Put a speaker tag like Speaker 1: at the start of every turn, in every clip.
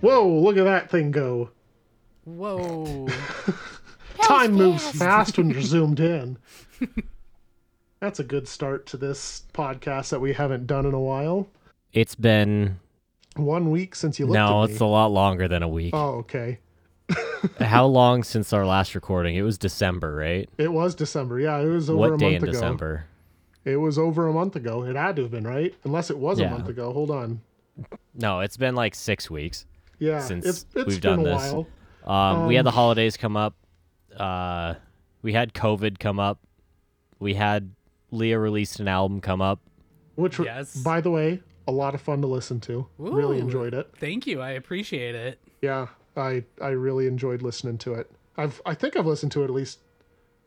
Speaker 1: Whoa, look at that thing go.
Speaker 2: Whoa.
Speaker 1: Time moves fast when you're zoomed in. That's a good start to this podcast that we haven't done in a while.
Speaker 3: It's been
Speaker 1: One week since you looked
Speaker 3: no,
Speaker 1: at me.
Speaker 3: it's a lot longer than a week.
Speaker 1: Oh, okay.
Speaker 3: How long since our last recording? It was December, right?
Speaker 1: It was December. Yeah, it was over a
Speaker 3: what
Speaker 1: month
Speaker 3: day in
Speaker 1: ago.
Speaker 3: December?
Speaker 1: It was over a month ago. It had to have been, right? Unless it was a
Speaker 3: Yeah.
Speaker 1: month ago. Hold on.
Speaker 3: No, it's been like six weeks.
Speaker 1: Yeah,
Speaker 3: Since
Speaker 1: it's, it's
Speaker 3: we've
Speaker 1: been
Speaker 3: done
Speaker 1: a
Speaker 3: this.
Speaker 1: while.
Speaker 3: Um, we
Speaker 1: Oh.
Speaker 3: had the holidays come up. Uh, we had COVID come up. We had Leah released an album come up.
Speaker 1: Which, were-
Speaker 2: Yes.
Speaker 1: by the way, a lot of fun to listen to. Really
Speaker 2: Ooh.
Speaker 1: enjoyed it.
Speaker 2: Thank you. I appreciate it.
Speaker 1: Yeah, I I really enjoyed listening to it. I've I think I've listened to it at least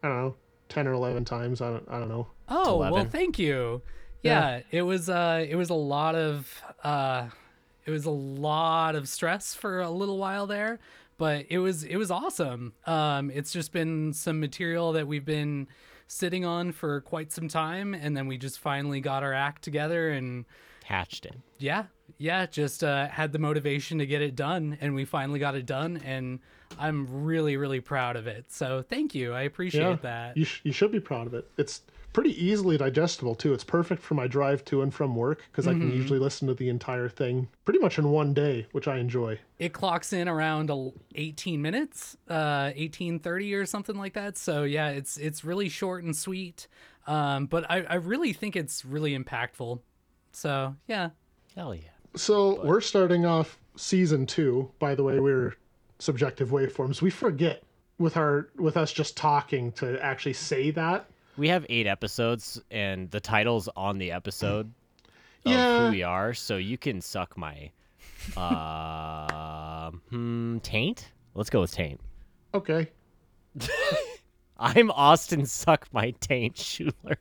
Speaker 1: I don't know ten or eleven times. I don't I don't know.
Speaker 2: Oh, well,
Speaker 3: 11.
Speaker 2: thank you. Yeah, it was uh it was a lot of uh it was a lot of stress for a little while there, but it was it was awesome. Um it's just been some material that we've been sitting on for quite some time and then we just finally got our act together and
Speaker 3: Hatched it.
Speaker 2: yeah, yeah, just uh had the motivation to get it done and we finally got it done and I'm really really proud of it. So, thank you. I appreciate
Speaker 1: Yeah,
Speaker 2: that.
Speaker 1: you sh- you should be proud of it. It's pretty easily digestible too. It's perfect for my drive to and from work because I can usually listen to the entire thing pretty much in one day, which I enjoy.
Speaker 2: it clocks in around el- 18 minutes uh 1830 or something like that so yeah it's it's really short and sweet um but i i really think it's really impactful so yeah
Speaker 3: Hell yeah.
Speaker 1: So we're starting off season two. By the way, we're subjective waveforms. We forget with our with us just talking to actually say that.
Speaker 3: We have eight episodes, and the title's on the episode of
Speaker 1: Yeah.
Speaker 3: who we are, so you can suck my uh, hmm, taint. Let's go with taint.
Speaker 1: Okay.
Speaker 3: I'm Austin Suck My Taint Schuler.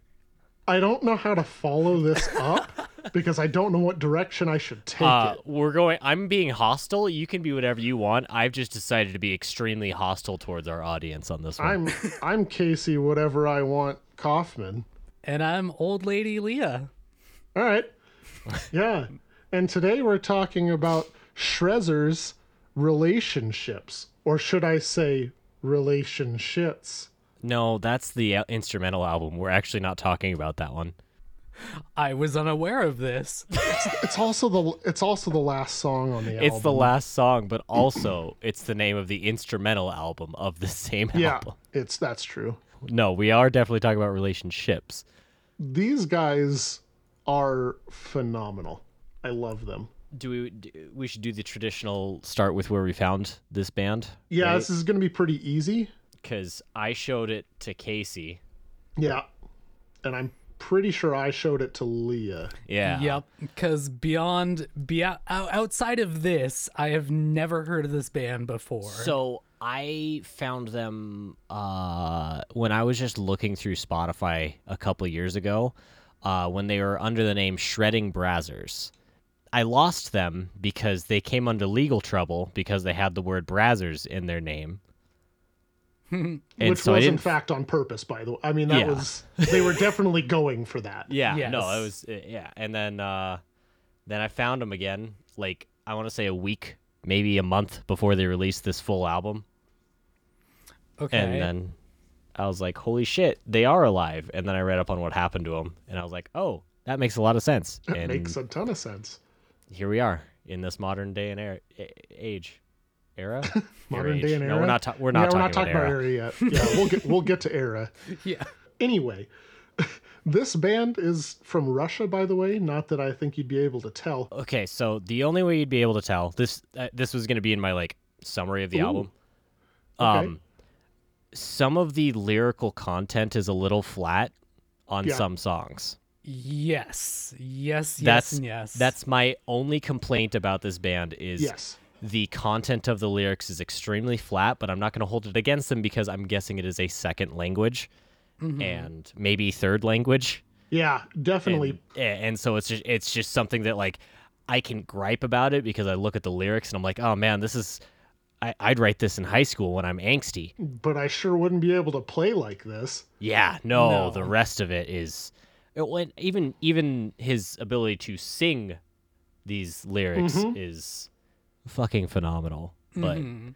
Speaker 1: I don't know how to follow this up because I don't know what direction I should take
Speaker 3: Uh,
Speaker 1: it.
Speaker 3: we're going. I'm being hostile. You can be whatever you want. I've just decided to be extremely hostile towards our audience on this one.
Speaker 1: I'm I'm Casey whatever I want Kaufman.
Speaker 2: and i'm old lady leah
Speaker 1: All right. Yeah. And today we're talking about Shrezzer's relationships or should I say relationships.
Speaker 3: no, that's the uh, instrumental album. We're actually not talking about that one.
Speaker 2: i was unaware of this
Speaker 1: It's also the it's also the last song on the album.
Speaker 3: It's the last song, but also it's the name of the instrumental album of the same
Speaker 1: Yeah.
Speaker 3: album.
Speaker 1: It's that's true.
Speaker 3: No, we are definitely talking about relationships.
Speaker 1: These guys are phenomenal. I love them.
Speaker 3: Do we? Do, we should do the traditional start with where we found this band.
Speaker 1: Yeah, this is going to be pretty easy.
Speaker 3: Because I showed it to Casey.
Speaker 1: Yeah. And I'm pretty sure I showed it to Leah.
Speaker 3: Yeah.
Speaker 2: yep because beyond be out, outside of this i have never heard of this band before
Speaker 3: So I found them uh, when I was just looking through Spotify a couple years ago uh, when they were under the name Shredding Brazzers. I lost them because they came under legal trouble because they had the word Brazzers in their name. and
Speaker 1: which
Speaker 3: so I
Speaker 1: was in
Speaker 3: didn't-
Speaker 1: fact on purpose, by the way. I mean that
Speaker 3: Yeah.
Speaker 1: was they were definitely going for that.
Speaker 3: Yeah, no,
Speaker 2: Yes.
Speaker 3: it was uh, yeah, and then uh, then I found them again. Like I want to say a week, maybe a month before they released this full album.
Speaker 2: okay
Speaker 3: And then I was like, holy shit, they are alive. And then I read up on what happened to them. And I was like, oh, that makes a lot of sense.
Speaker 1: It
Speaker 3: and
Speaker 1: makes a ton of sense.
Speaker 3: here we are in this modern day and era, a- age. Era?
Speaker 1: Modern
Speaker 3: Era
Speaker 1: day
Speaker 3: age.
Speaker 1: and
Speaker 3: no,
Speaker 1: era.
Speaker 3: We're not, ta- we're not
Speaker 1: yeah,
Speaker 3: talking,
Speaker 1: we're not talking
Speaker 3: about,
Speaker 1: about
Speaker 3: era.
Speaker 1: era yet. Yeah, we'll get we'll get to era.
Speaker 2: yeah
Speaker 1: Anyway, this band is from Russia, by the way. Not that I think you'd be able to tell.
Speaker 3: Okay, so the only way you'd be able to tell this uh, this was going to be in my like summary of the
Speaker 1: Ooh.
Speaker 3: album.
Speaker 1: Okay.
Speaker 3: Um some of the lyrical content is a little flat on
Speaker 1: Yeah.
Speaker 3: some songs.
Speaker 2: yes yes yes
Speaker 3: That's
Speaker 2: and yes
Speaker 3: that's my only complaint about this band is
Speaker 1: Yes.
Speaker 3: the content of the lyrics is extremely flat, but I'm not going to hold it against them because I'm guessing it is a second language
Speaker 1: Mm-hmm.
Speaker 3: and maybe third language.
Speaker 1: Yeah, definitely.
Speaker 3: And, and so it's just it's just something that like I can gripe about it because I look at the lyrics and I'm like, oh man, this is I, I'd write this in high school when I'm angsty.
Speaker 1: but I sure wouldn't be able to play like this.
Speaker 3: Yeah, no,
Speaker 2: No.
Speaker 3: the rest of it is uh, it went- even even his ability to sing these lyrics is fucking phenomenal. But
Speaker 2: Mhm.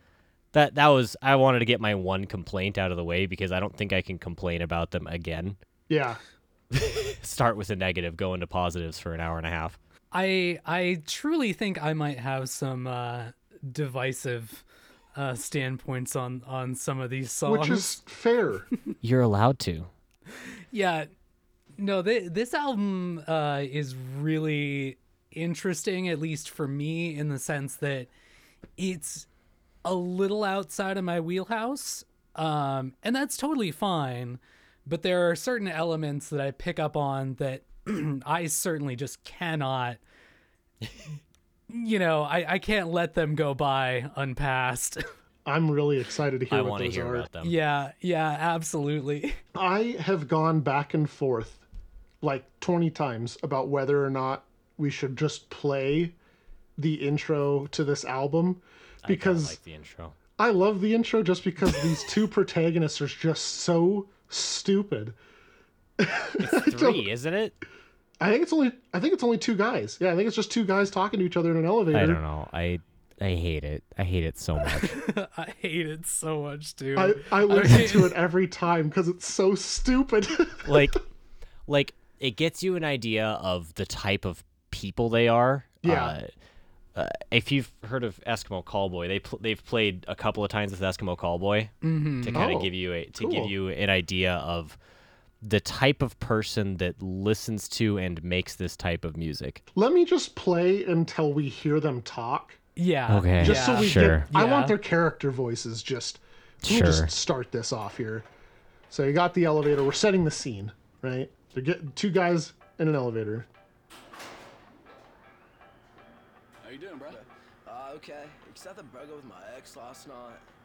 Speaker 3: that that was I wanted to get my one complaint out of the way because I don't think I can complain about them again.
Speaker 1: Yeah.
Speaker 3: Start with a negative, go into positives for an hour and a half.
Speaker 2: I I truly think I might have some uh, divisive uh, standpoints on on some of these songs.
Speaker 1: Which is fair.
Speaker 3: You're allowed to.
Speaker 2: yeah no th- this album uh is really interesting at least for me in the sense that it's a little outside of my wheelhouse um and that's totally fine but there are certain elements that i pick up on that i certainly just cannot you know I, I can't let them go by unpassed
Speaker 1: I'm really excited to hear
Speaker 3: I
Speaker 1: what
Speaker 3: want to
Speaker 1: those
Speaker 3: hear
Speaker 1: are.
Speaker 3: about them.
Speaker 2: yeah yeah absolutely
Speaker 1: I have gone back and forth like 20 times about whether or not we should just play the intro to this album
Speaker 3: I
Speaker 1: because
Speaker 3: like the intro.
Speaker 1: I love the intro just because these two protagonists are just so stupid.
Speaker 3: Three, isn't it?
Speaker 1: I think it's only I think it's only two guys. Yeah, I think it's just two guys talking to each other in an elevator.
Speaker 3: I don't know. I I hate it. I hate it so much.
Speaker 2: i hate it so much dude
Speaker 1: I, I listen to it every time because it's so stupid.
Speaker 3: like like it gets you an idea of the type of people they are.
Speaker 1: Yeah.
Speaker 3: Uh, uh, if you've heard of Eskimo Callboy, they pl- they've played a couple of times with Eskimo Callboy to kind of
Speaker 1: Oh,
Speaker 3: give you a to give
Speaker 1: cool.
Speaker 3: you an idea of the type of person that listens to and makes this type of music.
Speaker 1: Let me just play until we hear them talk.
Speaker 2: Yeah.
Speaker 3: Okay.
Speaker 1: Just
Speaker 2: yeah.
Speaker 1: so we
Speaker 3: Sure.
Speaker 1: get I want
Speaker 2: Yeah.
Speaker 1: their character voices just we'll just
Speaker 3: Sure.
Speaker 1: start this off here. So you got the elevator, we're setting the scene, right? They're getting two guys in an elevator.
Speaker 4: How you doing, bro?
Speaker 5: Uh, okay. Except the burger with my ex last night.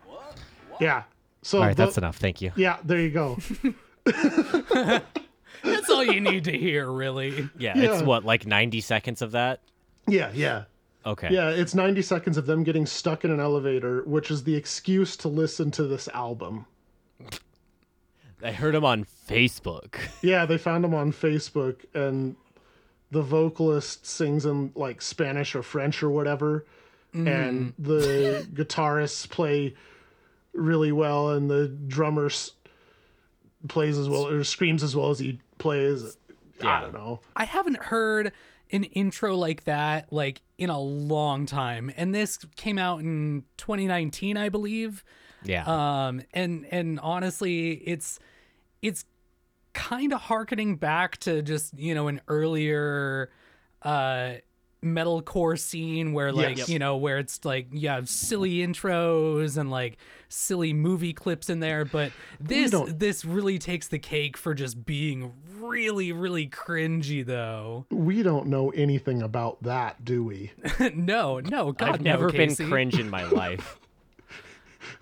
Speaker 4: What? What?
Speaker 1: Yeah. So
Speaker 3: All right,
Speaker 1: the-
Speaker 3: that's enough. Thank you.
Speaker 1: yeah, there you go.
Speaker 2: That's all you need to hear, really.
Speaker 3: Yeah,
Speaker 1: Yeah.
Speaker 3: it's what like 90 seconds of that.
Speaker 1: yeah, yeah.
Speaker 3: Okay.
Speaker 1: Yeah, it's 90 seconds of them getting stuck in an elevator, which is the excuse to listen to this album.
Speaker 3: I heard him on Facebook.
Speaker 1: Yeah, they found him on Facebook, and the vocalist sings in like Spanish or French or whatever, and the guitarists play really well, and the drummer s- plays as well or screams as well as he plays. I don't know.
Speaker 2: I haven't heard an intro like that like in a long time. And this came out in 2019, I believe.
Speaker 3: Yeah.
Speaker 2: Um and and honestly, it's it's kind of harkening back to just, you know, an earlier uh metalcore scene where like
Speaker 1: Yes.
Speaker 2: you know where it's like you have silly intros and like silly movie clips in there but this
Speaker 1: don't-
Speaker 2: this really takes the cake for just being really really cringy though
Speaker 1: We don't know anything about that, do we?
Speaker 2: no no god
Speaker 3: I've
Speaker 2: no,
Speaker 3: never been
Speaker 2: Casey.
Speaker 3: cringe in my life.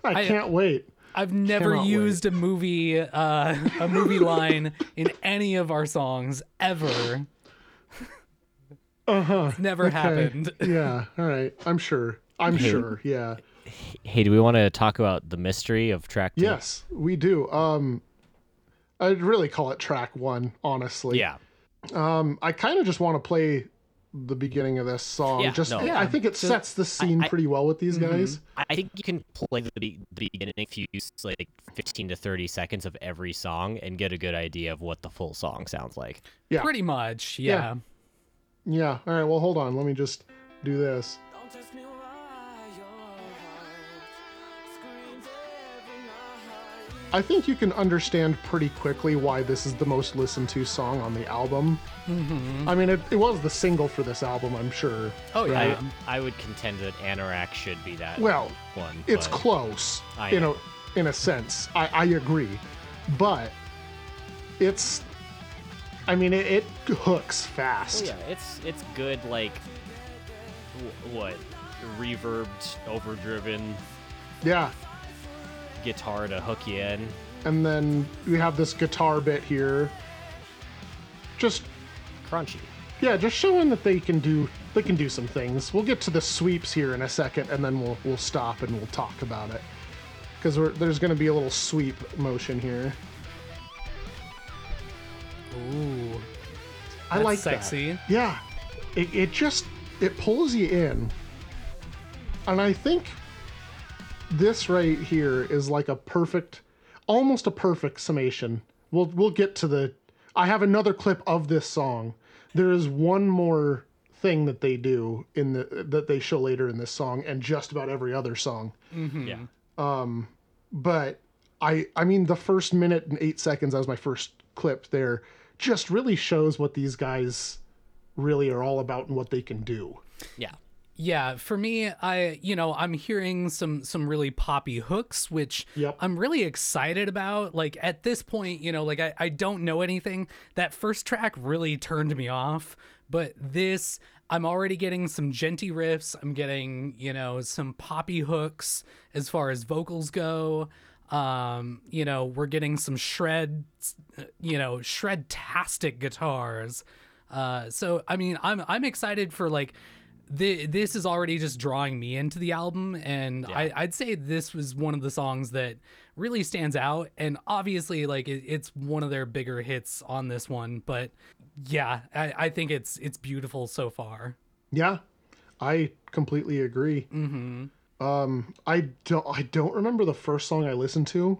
Speaker 1: I can't wait.
Speaker 2: i've never
Speaker 1: Cannot wait.
Speaker 2: used a movie uh a movie line in any of our songs ever uh-huh never happened
Speaker 1: yeah, all right. I'm sure. I'm sure. Yeah.
Speaker 3: Hey, do we want to talk about the mystery of track two?
Speaker 1: Yes, we do. Um I'd really call it track 1, honestly.
Speaker 3: Yeah.
Speaker 1: I kind of just want to play the beginning of this song.
Speaker 3: Yeah,
Speaker 1: just
Speaker 3: no.
Speaker 1: I think it sets the scene
Speaker 3: I- Mm-hmm.
Speaker 1: pretty well with these guys.
Speaker 3: I I think you can play the, be- the beginning few, like 15 to 30 seconds of every song and get a good idea of what the full song sounds like.
Speaker 1: Yeah.
Speaker 2: pretty much
Speaker 1: Yeah.
Speaker 2: yeah.
Speaker 1: Yeah. All right. Well, hold on. Let me just do this.
Speaker 5: Don't test me why your heart screams every night.
Speaker 1: I think you can understand pretty quickly why this is the most listened to song on the album. Mm-hmm. I mean, it, it was the single for this album, I'm sure.
Speaker 2: oh yeah
Speaker 3: I, I would contend that Anorak should be that
Speaker 1: Well,
Speaker 3: one.
Speaker 1: it's
Speaker 3: but-
Speaker 1: close
Speaker 3: I
Speaker 1: in a
Speaker 3: know.
Speaker 1: in a sense. I, I agree, but it's. I mean, it, it hooks fast.
Speaker 3: Oh, yeah, it's it's good like w- what reverbed, overdriven
Speaker 1: yeah.
Speaker 3: guitar to hook you in.
Speaker 1: and then we have this guitar bit here. Just
Speaker 3: Crunchy.
Speaker 1: yeah, just showing that they can do they can do some things. We'll get to the sweeps here in a second, and then we'll we'll stop and we'll talk about it because there's going to be a little sweep motion here.
Speaker 2: Ooh.
Speaker 1: I
Speaker 2: That's
Speaker 1: like that.
Speaker 2: sexy.
Speaker 1: Yeah, it, it just it pulls you in. and I think this right here is like a perfect, almost a perfect summation. We'll we'll get to the. I have another clip of this song. There is one more thing that they do in the that they show later in this song, and just about every other song. Um,
Speaker 3: Yeah.
Speaker 1: But I I mean the first minute and eight seconds that was my first clip there. Just really shows what these guys really are all about and what they can do.
Speaker 3: Yeah.
Speaker 2: Yeah, for me, I you know I'm hearing some some really poppy hooks, which
Speaker 1: Yep.
Speaker 2: I'm really excited about. Like at this point, you know, like I, I don't know anything. That first track really turned me off, but this I'm already getting some genty riffs. I'm getting you know some poppy hooks as far as vocals go. Um, you know, we're getting some shred, uh, you know, shred tastic guitars. Uh, so I mean, I'm I'm excited for like thi- this is already just drawing me into the album and I, i'd say this was one of the songs that really stands out and obviously like it, it's one of their bigger hits on this one but yeah I, I think it's it's beautiful so far
Speaker 1: Yeah, I completely agree. Mm-hmm. Um, I don't. I don't remember the first song I listened to.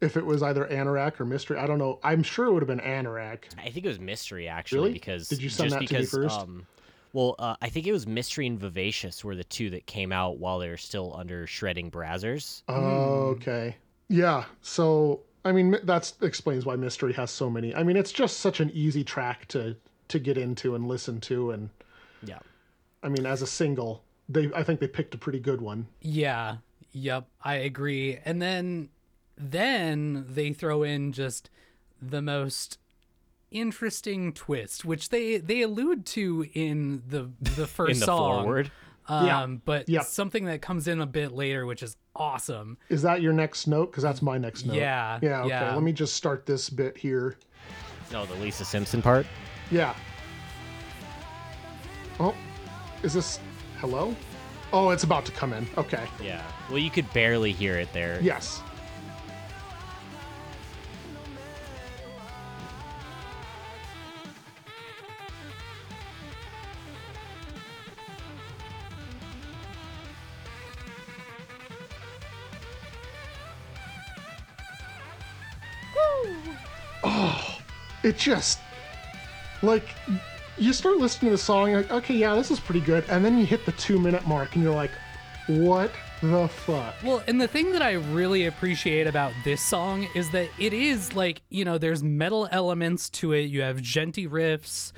Speaker 1: If it was either Anorak or Mystery, I don't know. I'm sure it would have been Anorak.
Speaker 3: I think it was mystery actually
Speaker 1: Really?
Speaker 3: because
Speaker 1: Did you send
Speaker 3: just
Speaker 1: that to me
Speaker 3: because,
Speaker 1: first?
Speaker 3: Um, well, uh, I think it was mystery and vivacious were the two that came out while they were still under shredding brazzers.
Speaker 2: Hmm.
Speaker 1: Okay. Yeah. So I mean, that explains why Mystery has so many. I mean, it's just such an easy track to to get into and listen to, and
Speaker 3: Yeah.
Speaker 1: I mean, as a single, they I think they picked a pretty good one.
Speaker 2: Yeah. Yep. I agree. And then then they throw in just the most interesting twist, which they they allude to in the the first
Speaker 3: In the
Speaker 2: song.
Speaker 3: forward.
Speaker 2: Um,
Speaker 1: Yeah.
Speaker 2: But
Speaker 1: Yep.
Speaker 2: something that comes in a bit later, which is awesome.
Speaker 1: Is that your next note? Because that's my next note.
Speaker 2: Yeah,
Speaker 1: Yeah. Okay.
Speaker 2: yeah.
Speaker 1: Let me just start this bit here.
Speaker 3: No, the Lisa Simpson part.
Speaker 1: Yeah. Oh, is this hello? Oh, it's about to come in. Okay.
Speaker 3: Yeah. Well, you could barely hear it there.
Speaker 1: Yes. Oh, it just like you start listening to the song like okay yeah this is pretty good and then you hit the two minute mark and you're like what the fuck
Speaker 2: Well, and the thing that I really appreciate about this song is that it is like, you know, there's metal elements to it. You have genty riffs,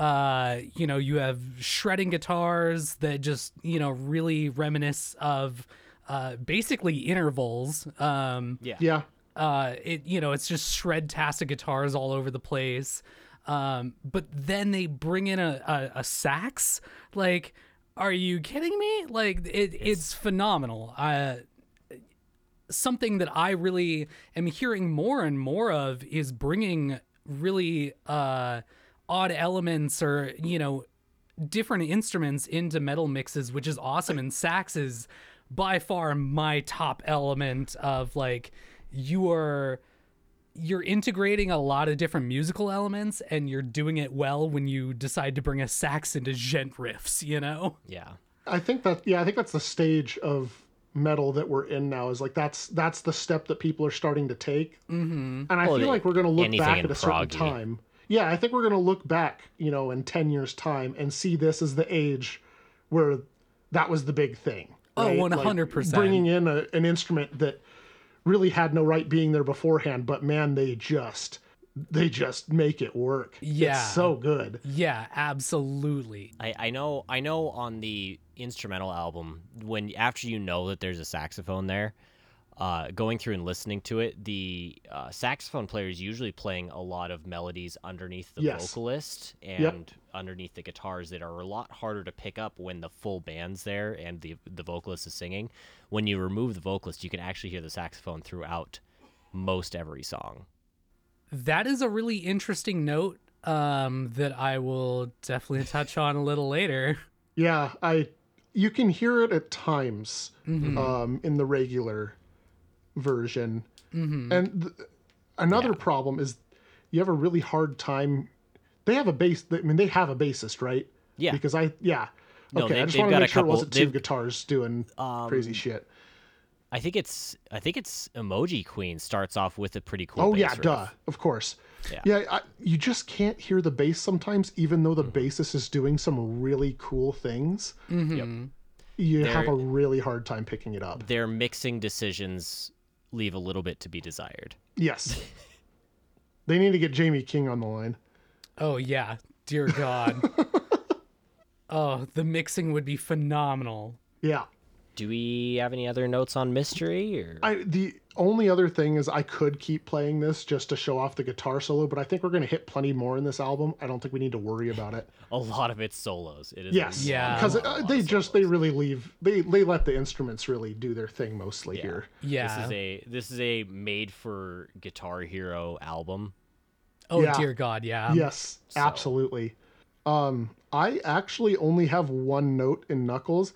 Speaker 2: uh, you know, you have shredding guitars that just, you know, really reminisce of uh, basically intervals. Um, yeah
Speaker 1: yeah
Speaker 2: uh, it you know it's just shred tastic guitars all over the place um, but then they bring in a, a, a sax like are you kidding me like it, it's phenomenal uh, something that i really am hearing more and more of is bringing really uh, odd elements or you know different instruments into metal mixes, which is awesome. And sax is by far my top element of like you are you're integrating a lot of different musical elements and you're doing it well when you decide to bring a sax into gent riffs, you know?
Speaker 3: Yeah.
Speaker 1: I think that yeah, I think that's the stage of metal that we're in now is like that's that's the step that people are starting to take. Mm-hmm. And I
Speaker 3: Well,
Speaker 1: feel
Speaker 3: the-
Speaker 1: like we're going to look
Speaker 3: anything
Speaker 1: back
Speaker 3: in
Speaker 1: at a certain
Speaker 3: proggy.
Speaker 1: time. Yeah, I think we're going to look back, you know, in 10 years time and see this as the age where that was the big thing.
Speaker 2: Oh,
Speaker 1: right? Like,
Speaker 2: 100%.
Speaker 1: bringing in a, an instrument that really had no right being there beforehand, but man, they just they just make it work.
Speaker 2: Yeah.
Speaker 1: It's so good.
Speaker 2: Yeah, absolutely.
Speaker 3: I, I know I know on the instrumental album when after you know that there's a saxophone there, uh, going through and listening to it, the uh, saxophone player is usually playing a lot of melodies underneath the
Speaker 1: Yes.
Speaker 3: vocalist and underneath the guitars that are a lot harder to pick up when the full band's there and the the vocalist is singing. When you remove the vocalist, you can actually hear the saxophone throughout most every song.
Speaker 2: That is a really interesting note um, that I will definitely touch on a little later.
Speaker 1: Yeah, I you can hear it at times
Speaker 3: Mm-hmm.
Speaker 1: um, in the regular version.
Speaker 3: Mm-hmm.
Speaker 1: And th- another problem is you have a really hard time. They have a bass. I mean, they have a bassist, right?
Speaker 3: Yeah.
Speaker 1: Because I yeah,
Speaker 3: No,
Speaker 1: okay,
Speaker 3: they,
Speaker 1: I just
Speaker 3: they've
Speaker 1: want to
Speaker 3: got
Speaker 1: make
Speaker 3: a
Speaker 1: sure it
Speaker 3: couple.
Speaker 1: wasn't two
Speaker 3: they've-
Speaker 1: guitars doing
Speaker 3: um,
Speaker 1: crazy shit.
Speaker 3: I think it's I think it's Emoji Queen starts off with a pretty cool.
Speaker 1: Oh
Speaker 3: bass
Speaker 1: yeah,
Speaker 3: riff.
Speaker 1: duh, of course.
Speaker 3: Yeah.
Speaker 1: I, you just can't hear the bass sometimes, even though
Speaker 3: Mm-hmm.
Speaker 1: the bassist is doing some really cool things.
Speaker 2: Mhm.
Speaker 1: You have
Speaker 3: There-
Speaker 1: a really hard time picking it up.
Speaker 3: Their mixing decisions leave a little bit to be desired.
Speaker 1: Yes, they need to get Jamie King on the line.
Speaker 2: Oh yeah, dear God. oh, the mixing would be phenomenal.
Speaker 1: Yeah,
Speaker 3: Do we have any other notes on mystery or
Speaker 1: I the only other thing is I could keep playing this just to show off the guitar solo, but I think we're gonna hit plenty more in this album. I don't think we need to worry about it.
Speaker 3: a lot of it's solos? It is a
Speaker 1: Yes,
Speaker 2: Yeah.
Speaker 1: because
Speaker 3: lot,
Speaker 1: uh,
Speaker 3: lot
Speaker 1: they
Speaker 3: of
Speaker 1: just they
Speaker 3: solos.
Speaker 1: really leave they they let the instruments really do their thing mostly
Speaker 3: Yeah.
Speaker 1: here.
Speaker 2: Yeah.
Speaker 3: This is a this is a made for Guitar Hero album.
Speaker 2: oh
Speaker 1: Yeah.
Speaker 2: dear God, yeah.
Speaker 1: yes,
Speaker 3: Um, so-
Speaker 1: absolutely. Um, I actually only have one note in Knuckles.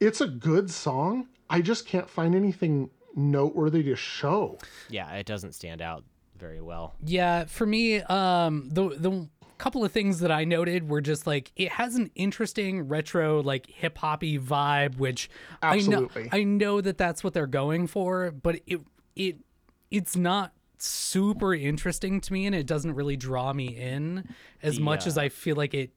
Speaker 1: It's a good song. I just can't find anything noteworthy to show.
Speaker 3: Yeah, it doesn't stand out very well.
Speaker 2: Yeah, for me, um, the the couple of things that I noted were just like it has an interesting retro, like hip hoppy vibe, which
Speaker 1: Absolutely.
Speaker 2: I know I know that that's what they're going for, but it it it's not super interesting to me, and it doesn't really draw me in as much
Speaker 3: The,
Speaker 2: as I feel like it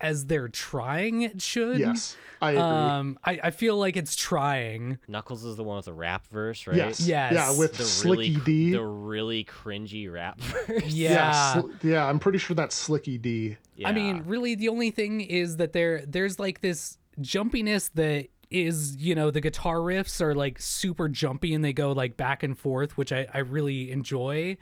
Speaker 2: as they're trying it should.
Speaker 1: Yes, I agree.
Speaker 2: Um, I, I feel like it's trying.
Speaker 3: Knuckles is the one with the rap verse, right?
Speaker 1: yes,
Speaker 2: Yes.
Speaker 1: yeah, with
Speaker 3: The
Speaker 1: Slicky
Speaker 3: really cr-
Speaker 1: D.
Speaker 3: the really cringy rap verse.
Speaker 2: Yeah.
Speaker 1: yeah, sli- yeah, I'm pretty sure that's Slicky D.
Speaker 2: I mean, really, the only thing is that there there's like this jumpiness that is you know the guitar riffs are like super jumpy and they go like back and forth, which I I really enjoy.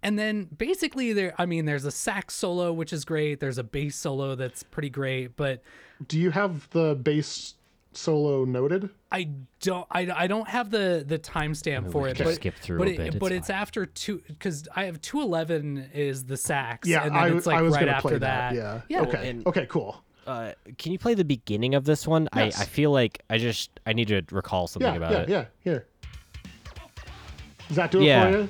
Speaker 2: And then basically there, I mean, there's a sax solo which is great. There's a bass solo that's pretty great, but
Speaker 1: Do you have the bass solo noted?
Speaker 2: I don't I, I don't have the the timestamp for
Speaker 3: we
Speaker 2: it.
Speaker 3: can
Speaker 2: but,
Speaker 3: skip through
Speaker 2: but
Speaker 3: a
Speaker 2: it,
Speaker 3: bit, it's
Speaker 2: but it's
Speaker 3: fine.
Speaker 2: after two because I have two eleven is the sax.
Speaker 1: Yeah,
Speaker 2: and then
Speaker 1: I,
Speaker 2: it's like
Speaker 1: I was
Speaker 2: right
Speaker 1: gonna
Speaker 2: after
Speaker 1: play that.
Speaker 2: that.
Speaker 1: Yeah.
Speaker 2: yeah.
Speaker 1: Okay.
Speaker 3: and-
Speaker 1: okay. Cool.
Speaker 3: uh, can you play the beginning of this one?
Speaker 1: Yes.
Speaker 3: I, I feel like I just I need to recall something
Speaker 1: Yeah.
Speaker 3: about
Speaker 1: yeah.
Speaker 3: it.
Speaker 1: Yeah. Here. Does that do it
Speaker 3: Yeah.
Speaker 1: for you?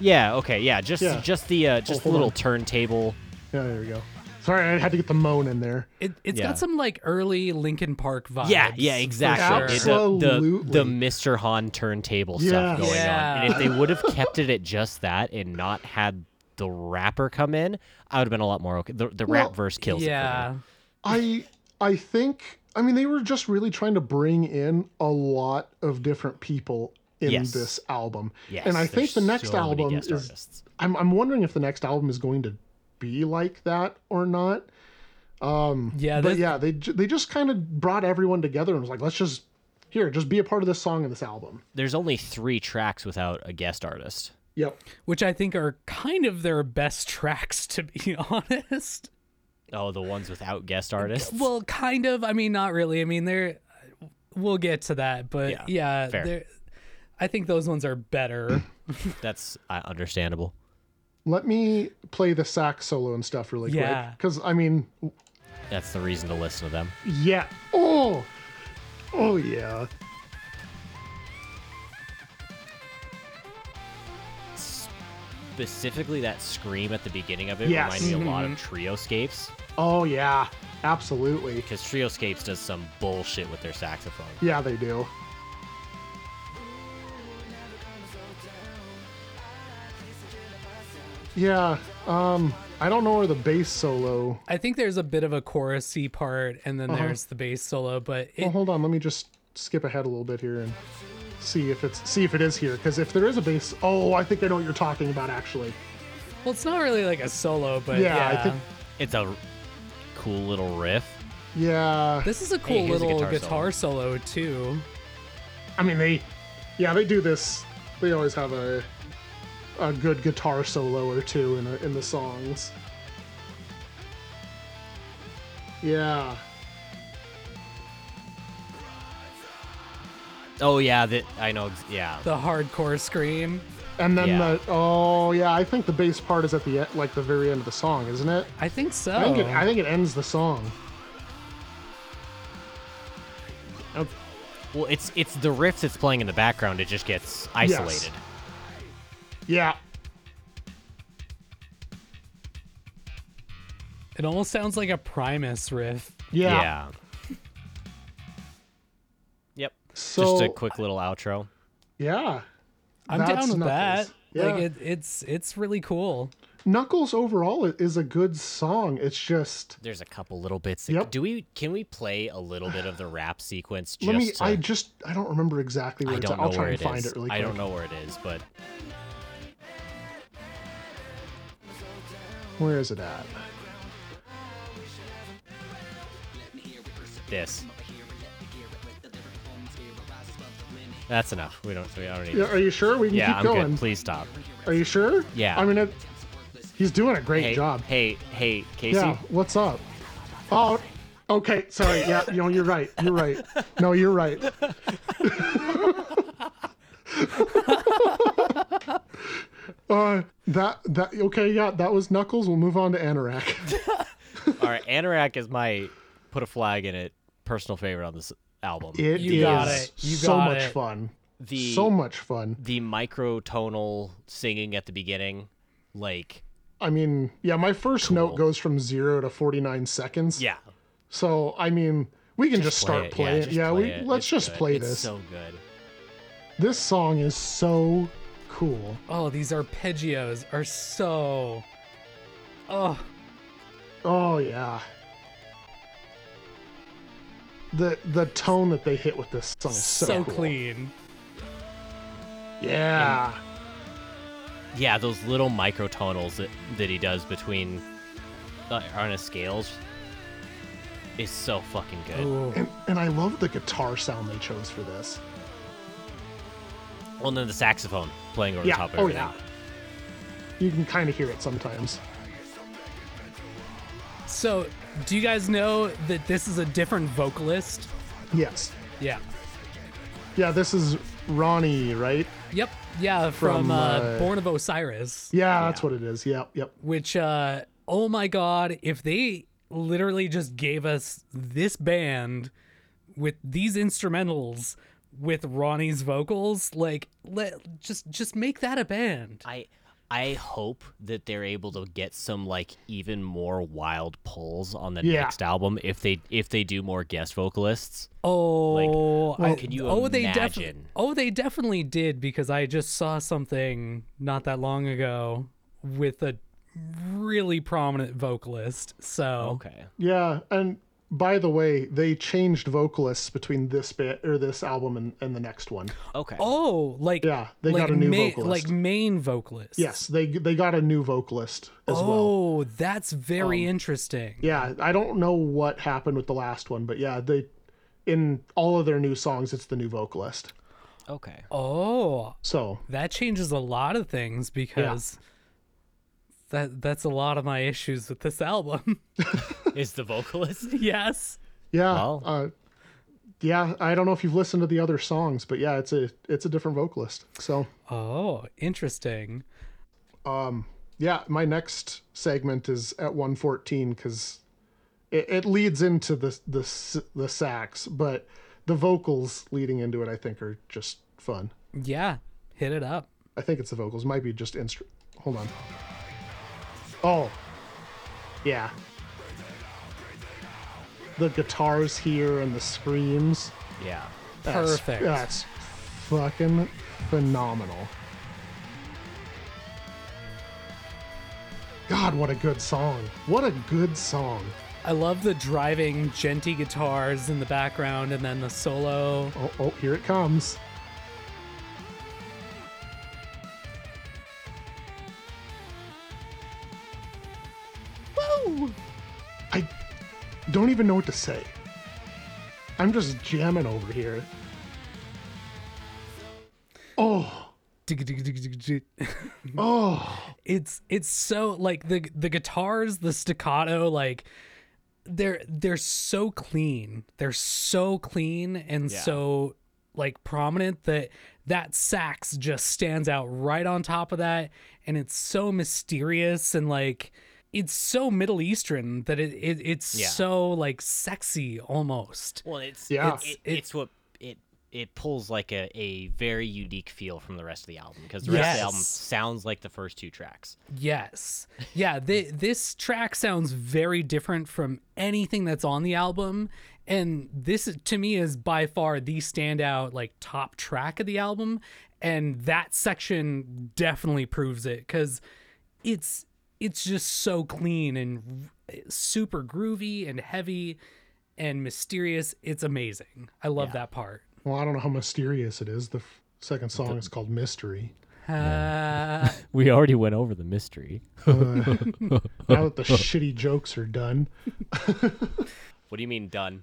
Speaker 3: Yeah, okay, yeah, just
Speaker 1: Yeah.
Speaker 3: just the uh, just the
Speaker 1: hold
Speaker 3: little
Speaker 1: on.
Speaker 3: turntable.
Speaker 1: Yeah. There we go. Sorry, I had to get the moan in there.
Speaker 2: It, it's
Speaker 3: Yeah.
Speaker 2: got some like early Linkin Park vibes.
Speaker 3: Yeah, yeah,
Speaker 2: for
Speaker 3: exactly.
Speaker 2: sure.
Speaker 1: Absolutely.
Speaker 3: The, the
Speaker 1: Absolutely.
Speaker 3: the Mr. Han turntable
Speaker 1: Yes.
Speaker 3: stuff going on. And
Speaker 2: Yeah.
Speaker 3: if they would have kept it at just that and not had the rapper come in, I would have been a lot more okay. The, the
Speaker 1: Well,
Speaker 3: rap verse kills it. for me.
Speaker 2: Yeah.
Speaker 1: I I think I mean they were just really trying to bring in a lot of different people in
Speaker 3: Yes.
Speaker 1: this album.
Speaker 3: Yes,
Speaker 1: and I
Speaker 3: there's
Speaker 1: think the next
Speaker 3: so many
Speaker 1: album
Speaker 3: guest
Speaker 1: is
Speaker 3: artists.
Speaker 1: I'm I'm wondering if the next album is going to be like that or not.
Speaker 2: Yeah,
Speaker 1: but
Speaker 2: that-
Speaker 1: yeah, they ju- they just kind of brought everyone together and was like, let's just here, just be a part of this song and this album.
Speaker 3: There's only three tracks without a guest artist.
Speaker 1: Yep.
Speaker 2: which I think are kind of their best tracks to be honest.
Speaker 3: Oh, the ones without guest artists.
Speaker 2: Well, kind of. I mean, not really. I mean, they're we'll get to that, but yeah,
Speaker 3: Yeah, fair.
Speaker 2: they're I think those ones are better.
Speaker 3: That's uh, understandable.
Speaker 1: Let me play the sax solo and stuff really
Speaker 2: Yeah.
Speaker 1: quick cuz I mean,
Speaker 3: That's the reason to listen to them.
Speaker 1: yeah. Oh. Oh yeah.
Speaker 3: Specifically, that scream at the beginning of it
Speaker 1: Yes.
Speaker 3: reminds me a lot of Trioscapes
Speaker 1: Oh yeah. Absolutely.
Speaker 3: because Trioscapes does some bullshit with their saxophone.
Speaker 1: Yeah, they do. Yeah, um, I don't know where the bass solo.
Speaker 2: I think there's a bit of a chorusy part and then
Speaker 1: Uh-huh.
Speaker 2: there's the bass solo, but it,
Speaker 1: Well, hold on, let me just skip ahead a little bit here and see if it's see if it is here. Because if there is a bass, oh, I think I know what you're talking about actually.
Speaker 2: well, it's not really like a solo, but
Speaker 1: Yeah,
Speaker 2: yeah.
Speaker 1: I think-
Speaker 3: It's a cool little riff.
Speaker 1: Yeah,
Speaker 2: this is a cool
Speaker 3: here's a
Speaker 2: little
Speaker 3: guitar
Speaker 2: guitar solo too.
Speaker 1: I mean they, yeah, they do this. They always have a a good guitar solo or two in a, in the songs. Yeah,
Speaker 3: Oh yeah, that I know. ex- Yeah,
Speaker 2: The hardcore scream.
Speaker 1: And then
Speaker 3: Yeah.
Speaker 1: the oh yeah, I think the bass part is at the e- like the very end of the song, isn't it?
Speaker 2: I think so.
Speaker 1: I think it, I think it ends the song.
Speaker 3: well, it's it's the riff that's playing in the background. It just gets isolated.
Speaker 1: Yeah,
Speaker 2: It almost sounds like a Primus riff.
Speaker 1: Yeah.
Speaker 3: Yep.
Speaker 1: So
Speaker 3: Just a quick little outro.
Speaker 1: yeah,
Speaker 2: I'm
Speaker 1: That's
Speaker 2: down with
Speaker 1: Knuckles.
Speaker 2: that. Like
Speaker 1: Yeah.
Speaker 2: it, it's it's really cool.
Speaker 1: Knuckles overall i- is a good song. It's just
Speaker 3: There's a couple little bits. That,
Speaker 1: Yep.
Speaker 3: Do we? Can we play a little bit of the rap sequence? Just
Speaker 1: let me.
Speaker 3: to,
Speaker 1: I just I don't remember exactly where
Speaker 3: I
Speaker 1: it's
Speaker 3: don't
Speaker 1: at.
Speaker 3: know
Speaker 1: I'll try
Speaker 3: where
Speaker 1: and
Speaker 3: it
Speaker 1: find
Speaker 3: is.
Speaker 1: it really quick.
Speaker 3: I don't know where it is, but
Speaker 1: Where is it at?
Speaker 3: this. That's enough. We don't. We don't need.
Speaker 1: Yeah, are you sure? We can
Speaker 3: Yeah,
Speaker 1: keep
Speaker 3: I'm
Speaker 1: going.
Speaker 3: good. Please stop.
Speaker 1: Are you sure?
Speaker 3: Yeah.
Speaker 1: I mean, it, he's doing a great
Speaker 3: hey,
Speaker 1: job.
Speaker 3: Hey, hey, Casey.
Speaker 1: yeah. What's up? Oh, okay. Sorry. Yeah. You know, you're right. You're right. No, you're right. uh, that that okay. Yeah, that was Knuckles. We'll move on to Anorak.
Speaker 3: All right, Anorak is my put a flag in it personal favorite on this album.
Speaker 1: It is
Speaker 2: You got it. You
Speaker 1: so
Speaker 2: got
Speaker 1: much
Speaker 2: it.
Speaker 1: fun.
Speaker 3: the
Speaker 1: so much fun.
Speaker 3: the microtonal singing at the beginning, like
Speaker 1: I mean, yeah, my first note goes from zero to 49 seconds.
Speaker 3: yeah.
Speaker 1: So, I mean, we can just,
Speaker 3: play
Speaker 1: start
Speaker 3: it,
Speaker 1: playing.
Speaker 3: just
Speaker 1: Yeah,
Speaker 3: play
Speaker 1: we
Speaker 3: it.
Speaker 1: let's
Speaker 3: It's
Speaker 1: just
Speaker 3: good.
Speaker 1: play
Speaker 3: It's
Speaker 1: this.
Speaker 3: So good.
Speaker 1: This song is so cool.
Speaker 2: Oh, these arpeggios are so. Oh,
Speaker 1: Oh yeah. The the tone that they hit with this song is so,
Speaker 2: so,
Speaker 1: cool.
Speaker 2: clean.
Speaker 1: Yeah.
Speaker 3: Yeah, those little microtonals that that he does between uh, on his scales is so fucking good.
Speaker 2: Ooh.
Speaker 1: And and I love the guitar sound they chose for this.
Speaker 3: Well, and then the saxophone playing over
Speaker 1: yeah.
Speaker 3: the top of
Speaker 1: oh
Speaker 3: everything.
Speaker 1: yeah. You can kind of hear it sometimes.
Speaker 2: So, do you guys know that this is a different vocalist?
Speaker 1: Yes.
Speaker 2: Yeah.
Speaker 1: Yeah, this is Ronnie, right?
Speaker 2: Yep. Yeah, from,
Speaker 1: From,
Speaker 2: uh,
Speaker 1: uh,
Speaker 2: Born of Osiris.
Speaker 1: Yeah, that's what it is. Yep, yep.
Speaker 2: Which, uh, oh my God, if they literally just gave us this band with these instrumentals with Ronnie's vocals, like, let just just make that a band.
Speaker 3: I I hope that they're able to get some like even more wild pulls on the
Speaker 1: Yeah.
Speaker 3: next album if they if they do more guest vocalists.
Speaker 2: Oh, I,
Speaker 3: can you
Speaker 2: oh, they definitely,
Speaker 3: imagine?
Speaker 2: oh, they definitely did because I just saw something not that long ago with a really prominent vocalist. So
Speaker 3: Okay.
Speaker 1: Yeah, and by the way, they changed vocalists between this bit or this album and, and the next one.
Speaker 3: Okay.
Speaker 2: oh, like
Speaker 1: Yeah, they
Speaker 2: like
Speaker 1: got a new
Speaker 2: ma-
Speaker 1: vocalist.
Speaker 2: like main vocalist.
Speaker 1: Yes, they they got a new vocalist as well. Um,
Speaker 2: Oh, that's very interesting.
Speaker 1: Yeah, I don't know what happened with the last one, but yeah, they in all of their new songs, it's the new vocalist.
Speaker 3: Okay.
Speaker 2: Oh,
Speaker 1: So
Speaker 2: that changes a lot of things because that that's a lot of my issues with this album.
Speaker 3: Is the vocalist?
Speaker 2: yes.
Speaker 1: yeah,
Speaker 3: Wow.
Speaker 1: uh, yeah. I don't know if you've listened to the other songs, but yeah, it's a it's a different vocalist. So
Speaker 2: Oh, interesting.
Speaker 1: yeah, my next segment is at one fourteen because it, it leads into the the s- the sax, but the vocals leading into it, I think, are just fun.
Speaker 2: Yeah, hit it up.
Speaker 1: I think it's the vocals. Might be just instru- Hold on. Oh, yeah. The guitars here and the screams.
Speaker 3: Yeah.
Speaker 1: That's-
Speaker 2: Perfect.
Speaker 1: That's fucking phenomenal. God, what a good song! What a good song!
Speaker 2: I love the driving genty guitars in the background and then the solo.
Speaker 1: Oh, oh, here it comes. Woo! I don't even know what to say. I'm just jamming over here. Oh, oh,
Speaker 2: It's it's so like the the guitars, the staccato like they're they're so clean. They're so clean and
Speaker 3: Yeah.
Speaker 2: so like prominent that that sax just stands out right on top of that and it's so mysterious and like it's so middle eastern that it, it it's
Speaker 3: Yeah.
Speaker 2: so like sexy almost.
Speaker 3: Well, it's
Speaker 1: Yeah.
Speaker 3: It's,
Speaker 2: It's-
Speaker 3: it's what it it pulls like a, a very unique feel from the rest of the album because the rest of the album
Speaker 2: Yes.
Speaker 3: sounds like the first two tracks.
Speaker 2: Yes. Yeah, th- this track sounds very different from anything that's on the album and this to me is by far the standout like top track of the album and that section definitely proves it cuz it's it's just so clean and r- super groovy and heavy and mysterious. It's amazing. I love that part.
Speaker 1: Well, I don't know how mysterious it is. The f- second song is called Mystery.
Speaker 2: Uh,
Speaker 3: We already went over the mystery.
Speaker 1: Now that the shitty jokes are done,
Speaker 3: What do you mean done?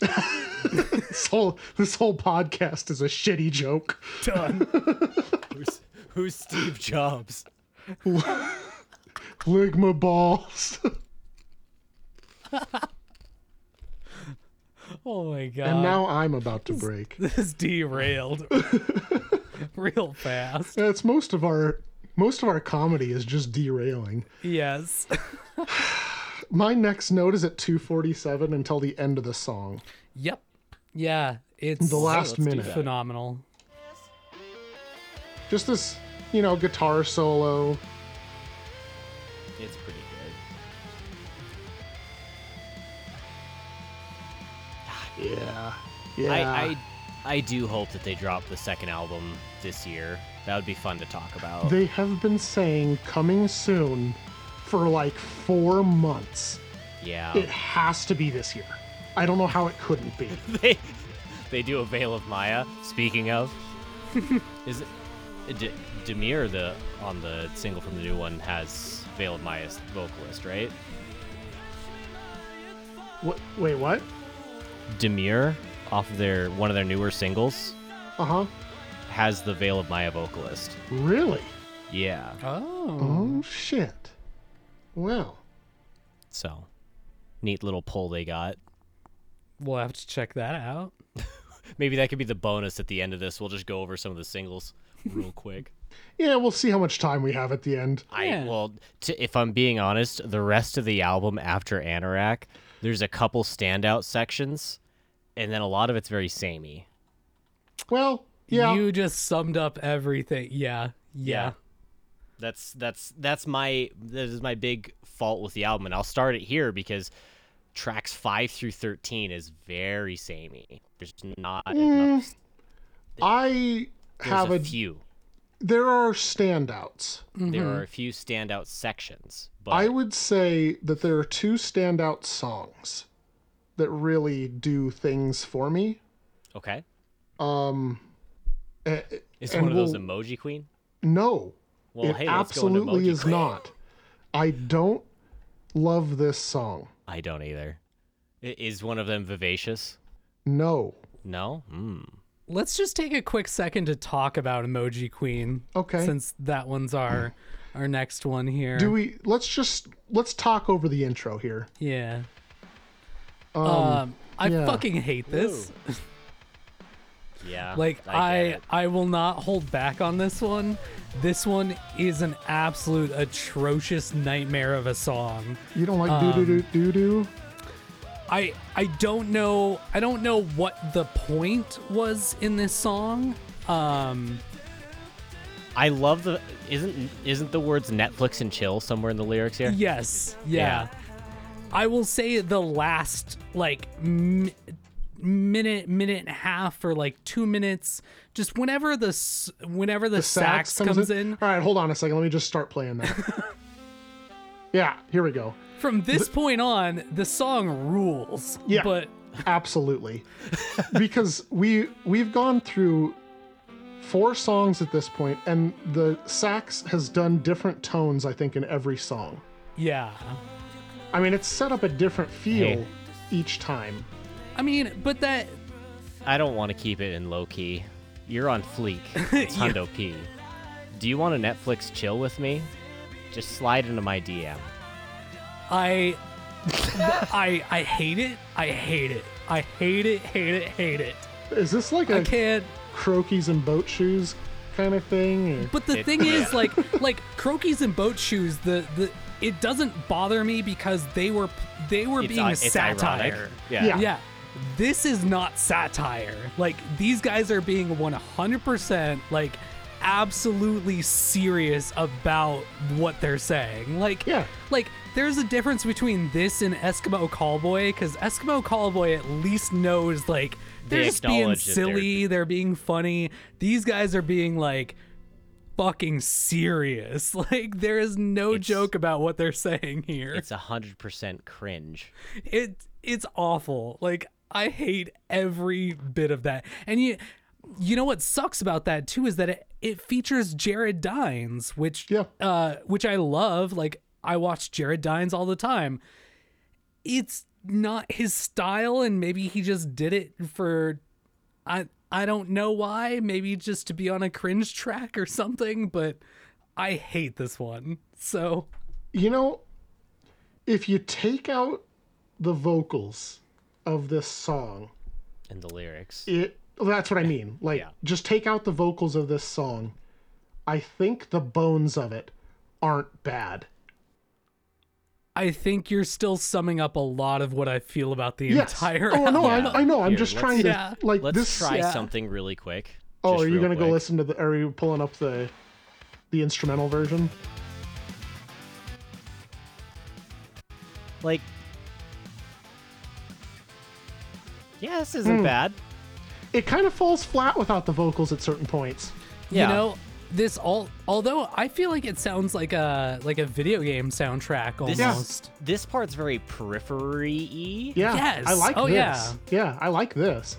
Speaker 1: this whole this whole podcast is a shitty joke.
Speaker 3: Who's, who's Steve Jobs?
Speaker 1: Lick my balls.
Speaker 2: oh my god.
Speaker 1: and now I'm about to break.
Speaker 2: this is derailed real fast.
Speaker 1: That's most of our most of our comedy is just derailing.
Speaker 2: Yes.
Speaker 1: My next note is at 247 until the end of the song.
Speaker 2: Yep. Yeah. It's
Speaker 1: The last
Speaker 3: let's do
Speaker 1: minute.
Speaker 3: that.
Speaker 2: phenomenal.
Speaker 1: Just this, you know, guitar solo.
Speaker 3: It's pretty good.
Speaker 1: Yeah. Yeah.
Speaker 3: I, I I do hope that they drop the second album this year. That would be fun to talk about.
Speaker 1: They have been saying coming soon for like 4 months. It
Speaker 3: yeah.
Speaker 1: has to be this year. I don't know how it couldn't be.
Speaker 3: they they do a Veil of Maya. Speaking of, is it D- Demir the on the single from the new one has Veil of Maya's vocalist, right?
Speaker 1: What, wait, what?
Speaker 3: Demir off of their one of their newer singles Uh-huh.
Speaker 1: Uh huh.
Speaker 3: has the Veil of Maya vocalist.
Speaker 1: Really?
Speaker 3: Yeah.
Speaker 2: Oh.
Speaker 1: Oh shit. Well,
Speaker 3: So, neat little pull they got.
Speaker 2: We'll have to check that out.
Speaker 3: Maybe that could be the bonus at the end of this. We'll just go over some of the singles real quick.
Speaker 1: yeah, we'll see how much time we have at the end.
Speaker 3: I
Speaker 2: Yeah.
Speaker 3: well, t if I'm being honest, the rest of the album after Anorak, there's a couple standout sections, and then a lot of it's very samey.
Speaker 1: Well, yeah.
Speaker 2: You just summed up everything. Yeah. Yeah.
Speaker 3: That's that's that's my that is my big fault with the album, and I'll start it here because tracks five through thirteen is very samey. There's not
Speaker 1: Eh,
Speaker 3: enough.
Speaker 1: I
Speaker 3: There's
Speaker 1: have
Speaker 3: a,
Speaker 1: a.
Speaker 3: few.
Speaker 1: there are standouts.
Speaker 3: There are a few standout sections, but
Speaker 1: Mm-hmm. I would say that there are two standout songs that really do things for me.
Speaker 3: okay,
Speaker 1: Um, eh, eh,
Speaker 3: it's
Speaker 1: And
Speaker 3: one of those
Speaker 1: we'll-
Speaker 3: emoji queen.
Speaker 1: no,
Speaker 3: Well,
Speaker 1: it
Speaker 3: hey, let's go into
Speaker 1: absolutely
Speaker 3: emoji
Speaker 1: is
Speaker 3: queen.
Speaker 1: not. I don't love this song.
Speaker 3: I don't either. I- Is one of them vivacious?
Speaker 1: No.
Speaker 3: No. Mm.
Speaker 2: Let's just take a quick second to talk about Emoji Queen.
Speaker 1: Okay.
Speaker 2: Since that one's our our next one here.
Speaker 1: Do we? Let's just let's talk over the intro here.
Speaker 2: Yeah.
Speaker 1: Um,
Speaker 2: Um I
Speaker 1: yeah.
Speaker 2: fucking hate this.
Speaker 3: Yeah.
Speaker 2: Like I I, will not hold back on this one. This one is an absolute atrocious nightmare of a song.
Speaker 1: you don't like
Speaker 2: Um,
Speaker 1: doo doo doo doo doo.
Speaker 2: I I don't know I don't know what the point was in this song. Um
Speaker 3: I love the isn't isn't the words Netflix and chill somewhere in the lyrics here?
Speaker 2: yes, yeah.
Speaker 3: Yeah.
Speaker 2: I will say the last like m- minute minute and a half or like 2 minutes just whenever the s- whenever the, sax, comes, in
Speaker 1: All right, hold on a second. Let me just start playing that. yeah, here we go.
Speaker 2: From this point on, the song rules.
Speaker 1: Yeah.
Speaker 2: But
Speaker 1: Absolutely, because we we've gone through four songs at this point, and the sax has done different tones. I think in every song.
Speaker 2: yeah.
Speaker 1: I mean, it's set up a different feel
Speaker 3: Hey.
Speaker 1: each time.
Speaker 2: I mean, but that
Speaker 3: I don't want to keep it in low key. You're on fleek. It's Hundo P. Do you want a Netflix chill with me? Just slide into my DM.
Speaker 2: I I I hate it. I hate it. I hate it, hate it, hate it.
Speaker 1: Is this like
Speaker 2: I
Speaker 1: a
Speaker 2: can't
Speaker 1: croquis and boat shoes kind of thing? or-
Speaker 2: but the
Speaker 3: It-
Speaker 2: thing is like like croquis and boat shoes, the the it doesn't bother me because they were they were
Speaker 3: It's,
Speaker 2: being
Speaker 3: i-
Speaker 2: a
Speaker 3: it's
Speaker 2: satire.
Speaker 3: ironic. Yeah.
Speaker 1: Yeah.
Speaker 2: Yeah. this is not satire. Like these guys are being 100% like absolutely serious about what they're saying. Like
Speaker 1: Yeah.
Speaker 2: like there's a difference between this and Eskimo Callboy cuz Eskimo Callboy at least knows like they're
Speaker 3: They
Speaker 2: just being
Speaker 3: acknowledge that they're-
Speaker 2: silly, they're being funny. These guys are being like fucking serious. Like there is no
Speaker 3: It's-
Speaker 2: joke about what they're saying here
Speaker 3: It's hundred percent cringe.
Speaker 2: it it's awful. Like I hate every bit of that. And you you know what sucks about that too is that it, it features Jared Dines, which
Speaker 1: Yeah.
Speaker 2: uh which I love. Like I watch Jared Dines all the time. It's not his style and maybe he just did it for I I don't know why, maybe just to be on a cringe track or something, but I hate this one. So,
Speaker 1: You know, if you take out the vocals of this song,
Speaker 3: And the lyrics.
Speaker 1: it that's what I mean. Like
Speaker 3: Yeah.
Speaker 1: just take out the vocals of this song. I think the bones of it aren't bad.
Speaker 2: I think you're still summing up a lot of what I feel about the
Speaker 1: Yes.
Speaker 2: entire.
Speaker 1: Oh no,
Speaker 2: album.
Speaker 1: I, I know. I'm
Speaker 3: Here,
Speaker 1: just
Speaker 3: let's-
Speaker 1: trying to
Speaker 2: Yeah.
Speaker 1: like
Speaker 3: Let's
Speaker 1: this.
Speaker 3: try
Speaker 2: yeah.
Speaker 3: something really quick.
Speaker 1: oh,
Speaker 3: Just
Speaker 1: are you
Speaker 3: real
Speaker 1: gonna go
Speaker 3: quick.
Speaker 1: listen to the? Are you pulling up the the instrumental version?
Speaker 3: Like, yeah, this isn't
Speaker 1: Hmm.
Speaker 3: bad.
Speaker 1: It kind of falls flat without the vocals at certain points.
Speaker 3: Yeah.
Speaker 2: You know, this all. Although I feel like it sounds like a like a video game soundtrack
Speaker 3: This
Speaker 2: almost.
Speaker 3: this part's very periphery-y.
Speaker 1: Yeah,
Speaker 2: Yes.
Speaker 1: I like
Speaker 2: Oh,
Speaker 1: this.
Speaker 2: yeah.
Speaker 1: yeah, I like this.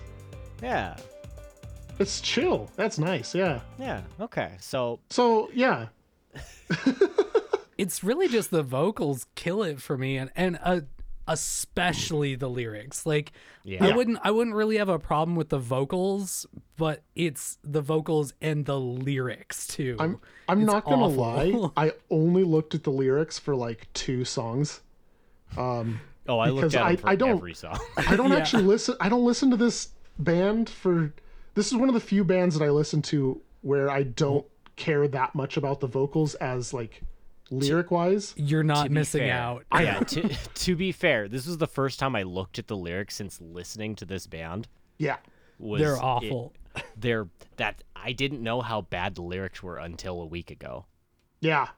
Speaker 3: Yeah.
Speaker 1: It's chill. That's nice. Yeah.
Speaker 3: Yeah. Okay. So
Speaker 1: So yeah,
Speaker 2: It's really just the vocals kill it for me, and and uh, especially the lyrics. Like,
Speaker 3: Yeah.
Speaker 2: I wouldn't I wouldn't really have a problem with the vocals, but it's the vocals and the lyrics too.
Speaker 1: I'm I'm
Speaker 2: It's
Speaker 1: not gonna
Speaker 2: awful.
Speaker 1: lie. I only looked at the lyrics for like two songs. Um,
Speaker 3: Oh, I
Speaker 1: Because
Speaker 3: looked at
Speaker 1: I-
Speaker 3: him for
Speaker 1: I don't-
Speaker 3: every song.
Speaker 1: I don't
Speaker 2: Yeah.
Speaker 1: actually listen. I don't listen to this band for. This is one of the few bands that I listen to where I don't care that much about the vocals as like lyric wise.
Speaker 2: You're not
Speaker 3: To be
Speaker 2: missing
Speaker 3: fair-
Speaker 2: out.
Speaker 3: yeah. To, to be fair, this was the first time I looked at the lyrics since listening to this band.
Speaker 1: Yeah.
Speaker 3: Was
Speaker 2: They're
Speaker 3: it-
Speaker 2: awful.
Speaker 3: they're that I didn't know how bad the lyrics were until a week ago.
Speaker 1: Yeah.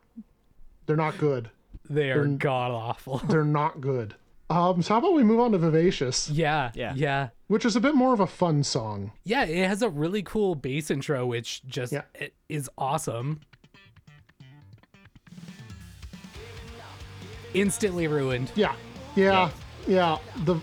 Speaker 1: They're not good.
Speaker 2: They are god awful.
Speaker 1: They're not good. Um, so how about we move on to Vivacious,
Speaker 2: Yeah.
Speaker 3: Yeah.
Speaker 2: Yeah.
Speaker 1: which is a bit more of a fun song.
Speaker 2: Yeah, it has a really cool bass intro, which just
Speaker 1: Yeah.
Speaker 2: it is awesome. Instantly ruined.
Speaker 1: Yeah. Yeah. Yeah. The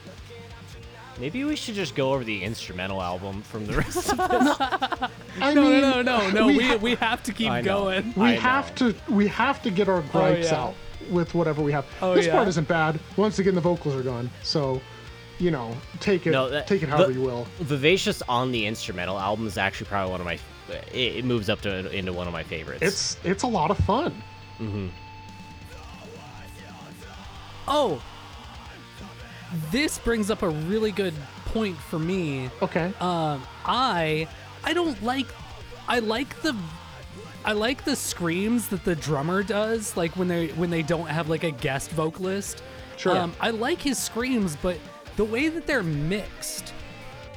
Speaker 3: Maybe we should just go over the instrumental album from the rest of
Speaker 1: I
Speaker 2: No,
Speaker 1: mean,
Speaker 2: no, no, no, no. We we,
Speaker 1: ha-
Speaker 2: have to keep
Speaker 3: I know.
Speaker 2: going.
Speaker 1: we
Speaker 3: I
Speaker 1: have to we have to get our gripes
Speaker 2: Oh, yeah.
Speaker 1: out with whatever we have.
Speaker 2: Oh,
Speaker 1: this
Speaker 2: yeah.
Speaker 1: part isn't bad. Once again, the vocals are gone, so you know, take it
Speaker 3: No, that-
Speaker 1: take it however
Speaker 3: the-
Speaker 1: you will.
Speaker 3: Vivacious on the instrumental album is actually probably one of my it, it moves up to into one of my favorites.
Speaker 1: It's it's a lot of fun.
Speaker 2: Oh, this brings up a really good point for me.
Speaker 1: Okay.
Speaker 2: Um, I I don't like I like the I like the screams that the drummer does, like when they when they don't have like a guest vocalist.
Speaker 1: Sure.
Speaker 2: Um, I like his screams, but the way that they're mixed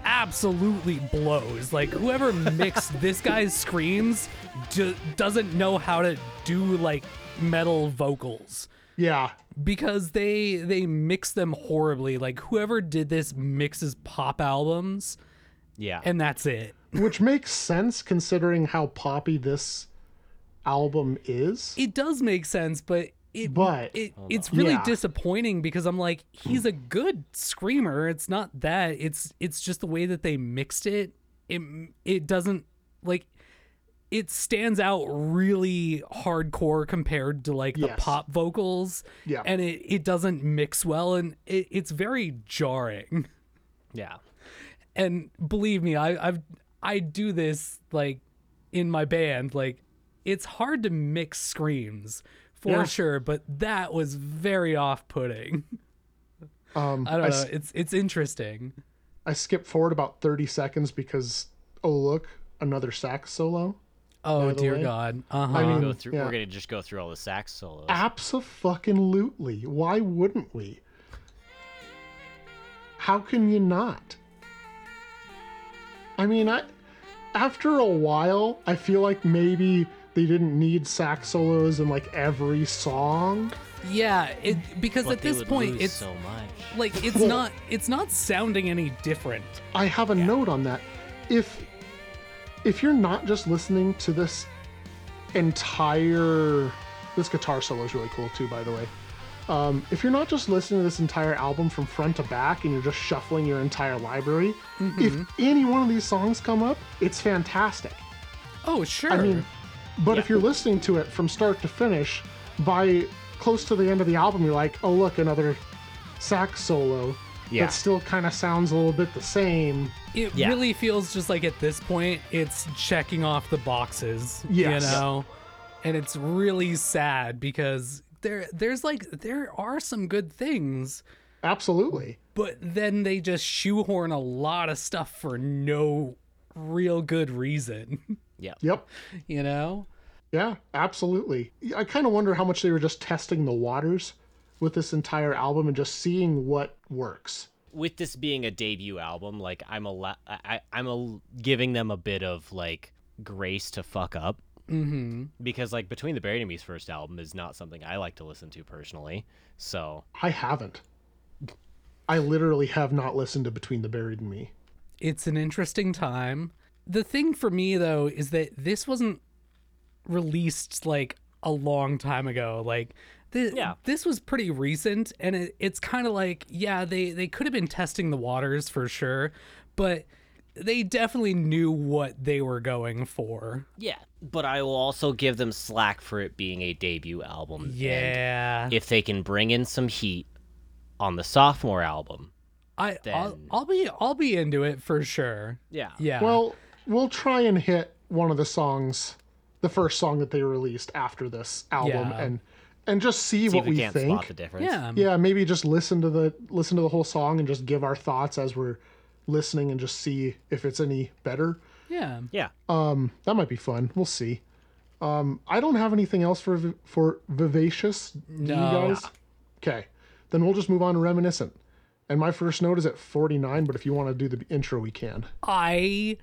Speaker 2: absolutely blows. Like whoever mixed this guy's screams ju- doesn't know how to do like metal vocals
Speaker 1: yeah.
Speaker 2: because they they mix them horribly. Like whoever did this mixes pop albums
Speaker 3: yeah.
Speaker 2: and that's it.
Speaker 1: Which makes sense considering how poppy this album is.
Speaker 2: It does make sense, but it
Speaker 1: But-
Speaker 2: it, it's really
Speaker 1: Yeah.
Speaker 2: disappointing because I'm like, he's a good screamer. It's not that. It's it's just the way that they mixed it. It it doesn't like it stands out really hardcore compared to like the
Speaker 1: Yes.
Speaker 2: pop vocals.
Speaker 1: Yeah.
Speaker 2: And it, it doesn't mix well and it, it's very jarring.
Speaker 3: yeah.
Speaker 2: and believe me, I, I've I do this like in my band. Like it's hard to mix screams for
Speaker 1: Yeah.
Speaker 2: sure, but that was very off-putting.
Speaker 1: Um,
Speaker 2: I don't know.
Speaker 1: s-
Speaker 2: it's it's interesting.
Speaker 1: I skipped forward about thirty seconds because oh look, another sax solo.
Speaker 2: Oh
Speaker 1: By the
Speaker 2: dear
Speaker 1: way,
Speaker 2: God. Uh huh.
Speaker 1: I mean,
Speaker 3: Go through,
Speaker 1: yeah.
Speaker 3: We're gonna just go through all the sax solos.
Speaker 1: Absolutely. Why wouldn't we? How can you not? I mean, I after a while, I feel like maybe they didn't need sax solos in like every song.
Speaker 2: Yeah, it, because
Speaker 3: But
Speaker 2: at
Speaker 3: they
Speaker 2: this
Speaker 3: would
Speaker 2: point
Speaker 3: lose
Speaker 2: it's
Speaker 3: so much.
Speaker 2: like it's
Speaker 1: Well-
Speaker 2: not it's not sounding any different.
Speaker 1: I have a note on that. If if you're not just listening to this entire this guitar solo is really cool too, by the way. Um, if you're not just listening to this entire album from front to back and you're just shuffling your entire library, if any one of these songs come up, it's fantastic.
Speaker 2: Oh sure.
Speaker 1: I mean, but if you're listening to it from start to finish, by close to the end of the album, you're like, oh, look, another sax solo
Speaker 3: Yeah.
Speaker 1: that still kind of sounds a little bit the same.
Speaker 2: it
Speaker 3: Yeah.
Speaker 2: really feels just like at this point it's checking off the boxes
Speaker 1: Yes.
Speaker 2: you know and it's really sad because there there's like there are some good things
Speaker 1: Absolutely.
Speaker 2: but then they just shoehorn a lot of stuff for no real good reason
Speaker 1: Yep.
Speaker 2: you know
Speaker 1: Yeah, absolutely. I kind of wonder how much they were just testing the waters with this entire album and just seeing what works.
Speaker 3: with this being a debut album, like I'm a allo- I, I- I'm a, giving them a bit of like grace to fuck up
Speaker 2: mm-hmm
Speaker 3: because like between the Buried Enemy's first album is not something I like to listen to personally. So
Speaker 1: I haven't. I literally have not listened to Between the Buried and Me.
Speaker 2: it's an interesting time. The thing for me though is that this wasn't released like a long time ago. Like thi-
Speaker 3: Yeah.
Speaker 2: this was pretty recent and it, it's kind of like yeah, they they could have been testing the waters for sure, but they definitely knew what they were going for.
Speaker 3: yeah, but I will also give them slack for it being a debut album. and
Speaker 2: Yeah.
Speaker 3: if they can bring in some heat on the sophomore album,
Speaker 2: I I'll,
Speaker 3: then-
Speaker 2: I'll be I'll be into it for sure.
Speaker 3: yeah,
Speaker 2: Yeah.
Speaker 1: Well, we'll try and hit one of the songs, the first song that they released after this album,
Speaker 2: Yeah.
Speaker 1: and and just see,
Speaker 3: see
Speaker 1: what
Speaker 3: if we,
Speaker 1: we
Speaker 3: can't
Speaker 1: think.
Speaker 3: spot the difference.
Speaker 2: yeah.
Speaker 1: yeah, maybe just listen to the listen to the whole song and just give our thoughts as we're listening and just see if it's any better.
Speaker 2: Yeah.
Speaker 3: yeah,
Speaker 1: That might be fun. We'll see. Um, I don't have anything else for vi- for vivacious. Do you
Speaker 2: No.
Speaker 1: guys? Okay, then we'll just move on to reminiscent. And my first note is at 49, but if you want to do the intro, we can.
Speaker 2: I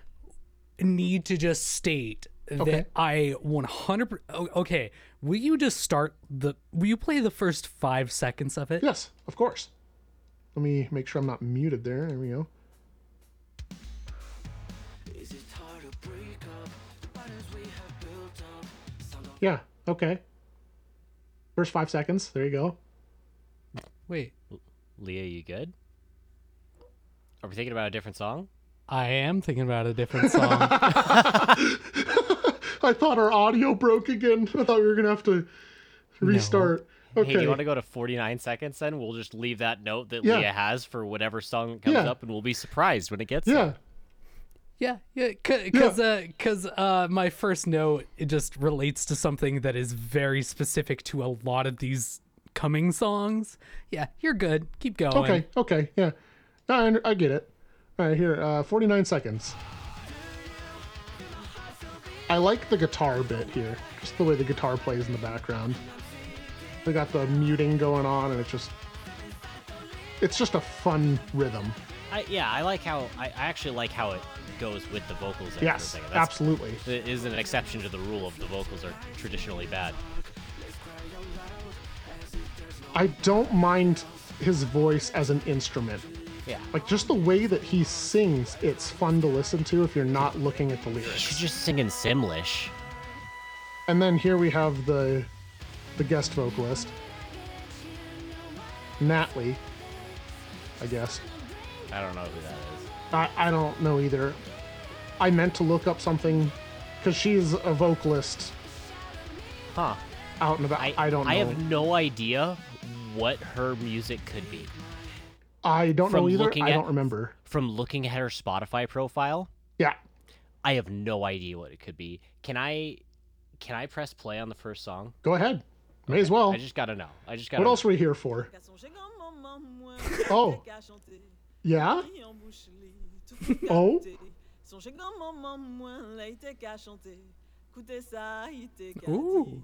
Speaker 2: need to just state
Speaker 1: Okay.
Speaker 2: that I 100 o- okay, will you just start the will you play the first 5 seconds of it?
Speaker 1: Yes, of course. Let me make sure I'm not muted there. There we go.
Speaker 5: Is it hard to break up the patterns we have built up? Sound of
Speaker 1: Yeah, okay. First five seconds. There you go.
Speaker 2: Wait.
Speaker 3: Leah, you good? Are we thinking about a different song?
Speaker 2: I am thinking about a different song.
Speaker 1: I thought our audio broke again. I thought we were going to have to restart. Okay.
Speaker 3: Hey, do you want to go to 49 seconds then? We'll just leave that note that
Speaker 1: Yeah.
Speaker 3: Leah has for whatever song that comes
Speaker 1: Yeah.
Speaker 3: up, and we'll be surprised when it gets there.
Speaker 1: yeah.
Speaker 2: yeah, yeah, because uh, cause, uh, my first note it just relates to something that is very specific to a lot of these coming songs. Yeah, you're good. Keep going.
Speaker 1: Okay. Okay. Yeah. No, I, under- I get it. All right, here. Uh, 49 seconds. I like the guitar bit here. Just the way the guitar plays in the background. They got the muting going on, and it's just. It's just a fun rhythm.
Speaker 3: I, yeah, I like how I, I actually like how it goes with the vocals. After a
Speaker 1: Yes,
Speaker 3: second. That's,
Speaker 1: absolutely.
Speaker 3: It is an exception to the rule of the vocals are traditionally bad.
Speaker 1: I don't mind his voice as an instrument.
Speaker 3: Yeah.
Speaker 1: Like just the way that he sings, it's fun to listen to if you're not looking at the lyrics.
Speaker 3: She's just singing Simlish.
Speaker 1: And then here we have the the guest vocalist. Natalie. I guess.
Speaker 3: I don't know who that is.
Speaker 1: I, I don't know either. I meant to look up something because she's a vocalist
Speaker 3: Huh.
Speaker 1: out and about. I,
Speaker 3: I,
Speaker 1: don't know.
Speaker 3: I have no idea what her music could be.
Speaker 1: I don't
Speaker 3: from
Speaker 1: know either.
Speaker 3: looking
Speaker 1: I
Speaker 3: at-
Speaker 1: don't remember.
Speaker 3: From looking at her Spotify profile,
Speaker 1: Yeah.
Speaker 3: I have no idea what it could be. Can I can I press play on the first song?
Speaker 1: Go ahead. May as well.
Speaker 3: I just gotta know. I just gotta.
Speaker 1: What
Speaker 3: know.
Speaker 1: else are we here for?
Speaker 5: Qu'à songer comme un maman,
Speaker 1: Oh.
Speaker 5: qu'à chanter.
Speaker 1: Yeah?
Speaker 5: Qui en bouche lit, tout fait
Speaker 1: Oh.
Speaker 5: capter. Songer comme un maman, là, il était qu'à chanter. Écoutez ça, il était qu'à
Speaker 2: Ooh.
Speaker 5: dire.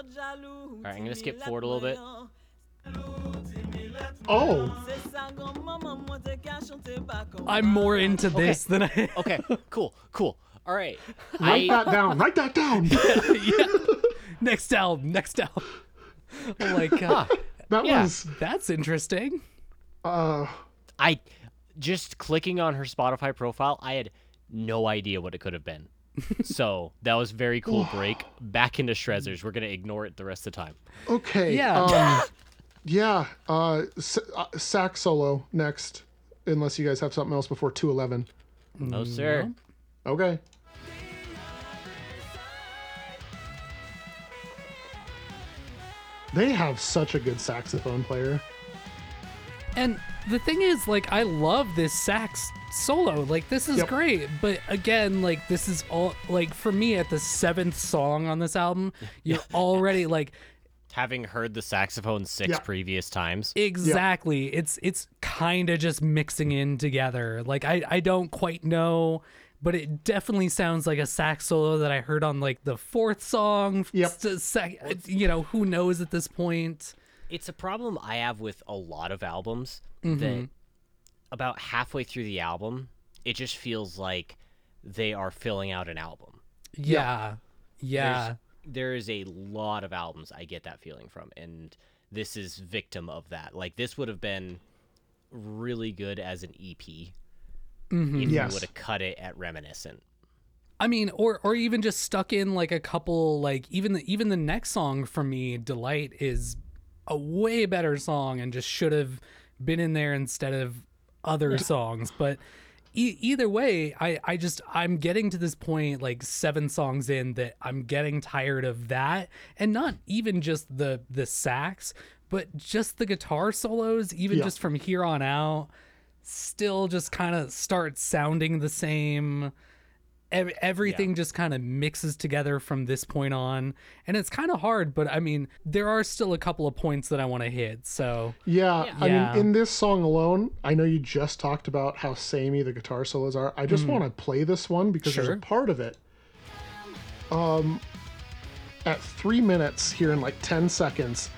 Speaker 5: Zot jaloux,
Speaker 3: right, I'm gonna skip
Speaker 5: timide,
Speaker 3: forward a little bit.
Speaker 5: admirant. Jaloux, timide,
Speaker 1: Oh,
Speaker 2: I'm more into this than I.
Speaker 3: Okay, cool, cool. All right.
Speaker 1: write
Speaker 3: I-
Speaker 1: that down. Write that down.
Speaker 2: yeah. Next album. Next album. Oh my god.
Speaker 1: That
Speaker 3: Yeah.
Speaker 1: was
Speaker 2: That's interesting.
Speaker 1: uh
Speaker 3: I just clicking on her Spotify profile, I had no idea what it could have been. so that was very cool break. Back into Shrezzers. We're gonna ignore it the rest of the time.
Speaker 1: okay.
Speaker 2: Yeah.
Speaker 1: Um, yeah. Uh, s- uh, sax solo next, unless you guys have something else before two eleven. Mm,
Speaker 3: No sir.
Speaker 1: Okay. They have such a good saxophone player.
Speaker 2: And the thing is, like, I love this sax solo. Like, this is
Speaker 1: Yep.
Speaker 2: great. But again, like, this is all, like, for me at the seventh song on this album, you're already, like,
Speaker 3: Having heard the saxophone six
Speaker 1: Yeah.
Speaker 3: previous times.
Speaker 2: exactly. It's, it's kind of just mixing in together. Like, I, I don't quite know, but it definitely sounds like a sax solo that I heard on, like, the fourth song.
Speaker 1: Yep.
Speaker 2: S- sec- you know, who knows at this point?
Speaker 3: It's a problem I have with a lot of albums that about halfway through the album, it just feels like they are filling out an album.
Speaker 2: Yeah. Yeah.
Speaker 3: There's- there is a lot of albums I get that feeling from, and this is victim of that. Like this would have been really good as an EP if
Speaker 1: Yes.
Speaker 3: you would have cut it at reminiscent.
Speaker 2: I mean, or or even just stuck in like a couple, like even the even the next song for me, delight is a way better song and just should have been in there instead of other songs. But e- either way, I I just I'm getting to this point like seven songs in that I'm getting tired of that, and not even just the the sax, but just the guitar solos, even
Speaker 1: Yeah.
Speaker 2: just from here on out, still just kind of start sounding the same ev- everything just kind of mixes together from this point on and it's kind of hard but i mean there are still a couple of points that i want to hit so
Speaker 1: Yeah, I
Speaker 2: Yeah.
Speaker 1: mean, in this song alone, I know you just talked about how samey the guitar solos are. I just want to play this one because there's
Speaker 2: Hmm. Sure.
Speaker 1: a part of it. Um, at three minutes here in like 10 seconds,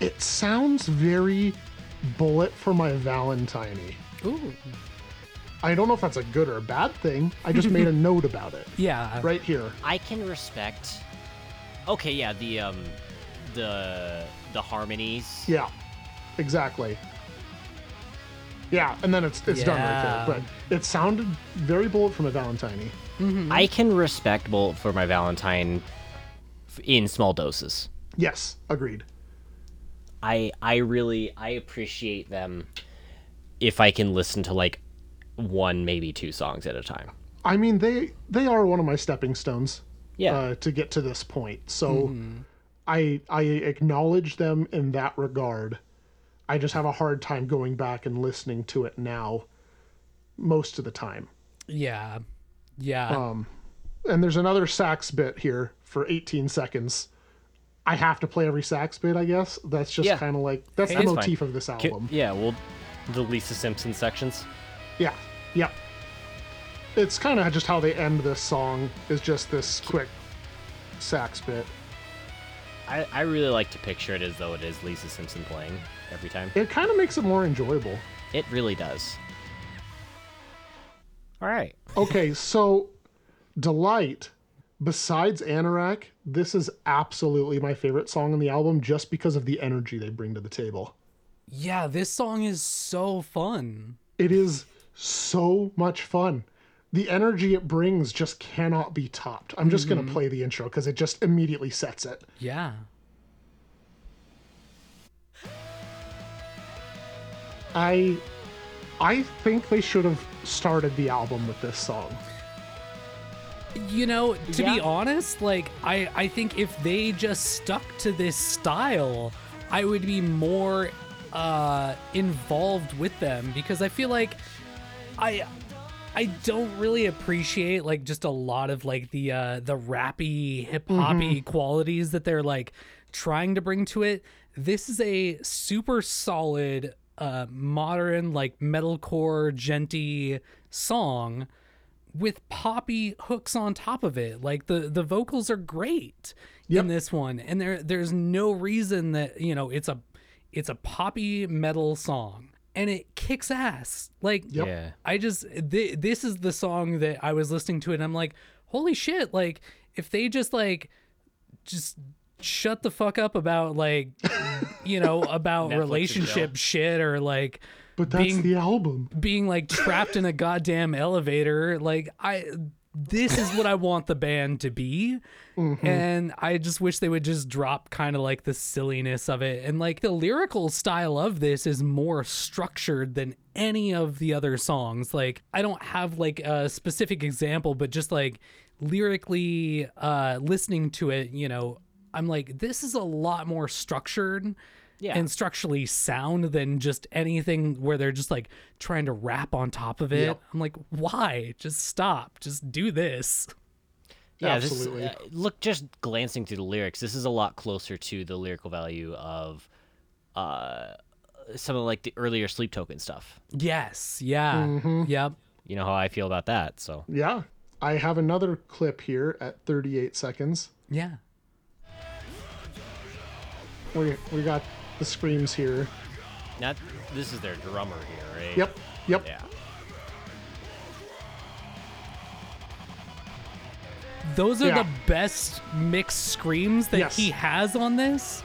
Speaker 1: it sounds very bullet for my Valentine.
Speaker 2: ooh
Speaker 1: I don't know if that's a good or a bad thing. I just made a note about it
Speaker 2: yeah
Speaker 1: right here.
Speaker 3: I can respect. Okay, yeah, the um, the the harmonies.
Speaker 1: Yeah, exactly. Yeah, and then it's it's done right there.
Speaker 2: Yeah.
Speaker 1: But it sounded very bullet from a Valentine.
Speaker 3: I can respect Bolt for my Valentine f- in small doses.
Speaker 1: Yes, agreed.
Speaker 3: I I really I appreciate them if I can listen to like one maybe two songs at a time.
Speaker 1: I mean, they they are one of my stepping stones.
Speaker 3: Yeah. Mm-hmm.
Speaker 1: Uh, to get to this point, so I I acknowledge them in that regard. I just have a hard time going back and listening to it now, most of the time.
Speaker 2: yeah yeah
Speaker 1: And there's another sax bit here for 18 seconds. I have to play every sax bit, I guess. That's just
Speaker 3: Yeah.
Speaker 1: kind of like that's the
Speaker 3: It's fine.
Speaker 1: motif of this
Speaker 3: Ki-
Speaker 1: album.
Speaker 3: yeah, well, the Lisa Simpson sections.
Speaker 1: Yeah. Yep. It's kind of just how they end this song is just this quick sax bit.
Speaker 3: I, I really like to picture it as though it is Lisa Simpson playing every time.
Speaker 1: It kind of makes it more enjoyable.
Speaker 3: It really does. All right.
Speaker 1: Okay, so Delight, besides Anorak, this is absolutely my favorite song on the album just because of the energy they bring to the table.
Speaker 2: yeah this song is so fun
Speaker 1: It is so much fun. The energy it brings just cannot be topped. I'm just going to play the intro because it just immediately sets it.
Speaker 2: yeah
Speaker 1: I I think they should have started the album with this song.
Speaker 2: you know to be
Speaker 3: Yeah.
Speaker 2: honest like i i think if they just stuck to this style i would be more uh involved with them because i feel like i i don't really appreciate like just a lot of like the uh the rappy hip hoppy qualities that they're like trying to bring to it this is a super solid uh modern like metalcore genty song with poppy hooks on top of it. Like the the vocals are great in this one, and there there's no reason that you know it's a It's a poppy metal song and it kicks ass. Like
Speaker 1: Yep.
Speaker 3: Yeah.
Speaker 2: I just th- this is the song that I was listening to and I'm like, holy shit! Like if they just like just shut the fuck up about like you know about
Speaker 3: and
Speaker 2: relationship shit or like
Speaker 1: But that's
Speaker 2: Being-
Speaker 1: the album.
Speaker 2: being like trapped in a goddamn elevator like i this is what i want the band to be and i just wish they would just drop kind of like the silliness of it and like the lyrical style of this is more structured than any of the other songs like i don't have like a specific example but just like lyrically uh listening to it you know i'm like this is a lot more structured
Speaker 3: Yeah.
Speaker 2: and structurally sound than just anything where they're just like trying to rap on top of it. I'm like, why? Just stop. Just do this.
Speaker 3: Yeah, this-
Speaker 1: Absolutely.
Speaker 3: uh, look, just glancing through the lyrics, this is a lot closer to the lyrical value of uh, some of like the earlier Sleep Token stuff.
Speaker 2: Yes. Yeah. Yep.
Speaker 3: You know how I feel about that. So
Speaker 1: Yeah. I have another clip here at 38 seconds.
Speaker 2: Yeah.
Speaker 1: We, we got the screams here.
Speaker 3: that this is their drummer here, right?
Speaker 1: Yep. Yep.
Speaker 3: Yeah.
Speaker 2: Those are the
Speaker 1: Yeah.
Speaker 2: best mixed screams that
Speaker 1: Yes.
Speaker 2: he has on this.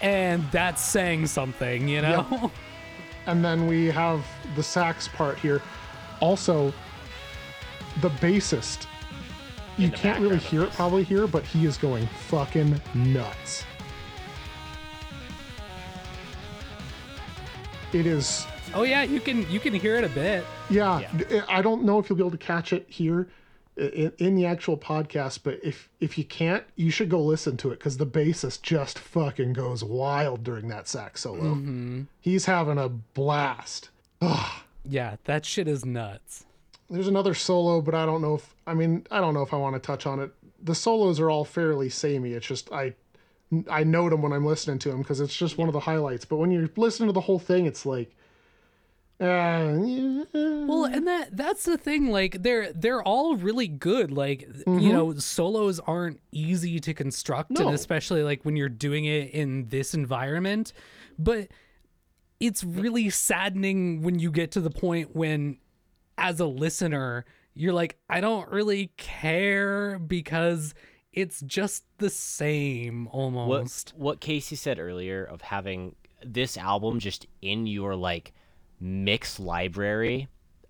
Speaker 2: And that's saying something, you know?
Speaker 1: And then we have the sax part here. Also, the bassist. You
Speaker 3: the
Speaker 1: can't really
Speaker 3: background of
Speaker 1: hear it
Speaker 3: this.
Speaker 1: probably here, but he is going fucking nuts. It is
Speaker 2: oh yeah, you can you can hear it a bit.
Speaker 1: Yeah, d- eh, I don't know if you'll be able to catch it here in, in the actual podcast, but if if you can't, you should go listen to it because the bassist just fucking goes wild during that sax solo. He's having a blast.
Speaker 2: Yeah, that shit is nuts.
Speaker 1: There's another solo, but I don't know if I mean I don't know if I want to touch on it. The solos are all fairly samey. It's just I I note them when I'm listening to them because it's just one of the highlights. But when you're listening to the whole thing, it's like. Uh, yeah.
Speaker 2: Well, and that that's the thing like they're they're all really good. Like th- you know, solos aren't easy to construct
Speaker 1: No.
Speaker 2: and especially like when you're doing it in this environment, but it's really saddening when you get to the point when as a listener, you're like I don't really care because it's just the same almost.
Speaker 3: What what Casey said earlier of having this album just in your like mix library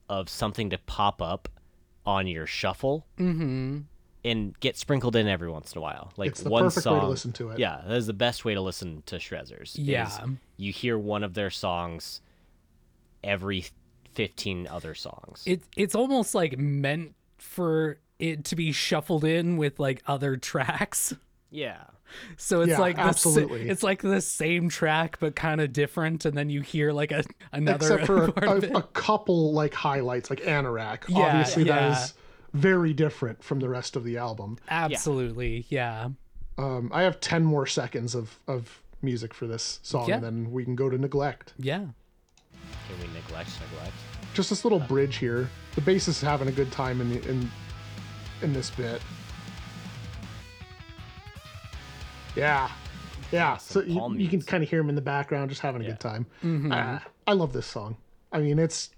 Speaker 3: of something to pop up on your shuffle
Speaker 2: Mhm.
Speaker 3: and get sprinkled in every once in a while. Like
Speaker 1: It's the
Speaker 3: one
Speaker 1: perfect way
Speaker 3: song,
Speaker 1: to listen to it.
Speaker 3: Yeah, that is the best way to listen to Shrezzers. is
Speaker 2: Yeah.
Speaker 3: you hear one of their songs every fifteen other songs.
Speaker 2: it it's almost like meant for it to be shuffled in with like other tracks.
Speaker 3: yeah,
Speaker 2: So it's
Speaker 1: Yeah,
Speaker 2: like the sa-
Speaker 1: absolutely.
Speaker 2: it's like the same track but kind of different, and then you hear like a another
Speaker 1: except for
Speaker 2: part
Speaker 1: a,
Speaker 2: of it.
Speaker 1: a, a couple like highlights like anorak
Speaker 2: Yeah,
Speaker 1: obviously
Speaker 2: yeah.
Speaker 1: that is very different from the rest of the album
Speaker 2: Absolutely, yeah.
Speaker 1: um, i have 10 more seconds of, of music for this song
Speaker 2: Yeah.
Speaker 1: and then we can go to neglect
Speaker 2: yeah,
Speaker 3: can we neglect neglect?
Speaker 1: just this little bridge here the bass is having a good time in, the, in, in this bit yeah yeah so
Speaker 3: Some
Speaker 1: you,
Speaker 3: palm
Speaker 1: you can
Speaker 3: music.
Speaker 1: kind of hear him in the background just having a good time Ah, i love this song i mean it's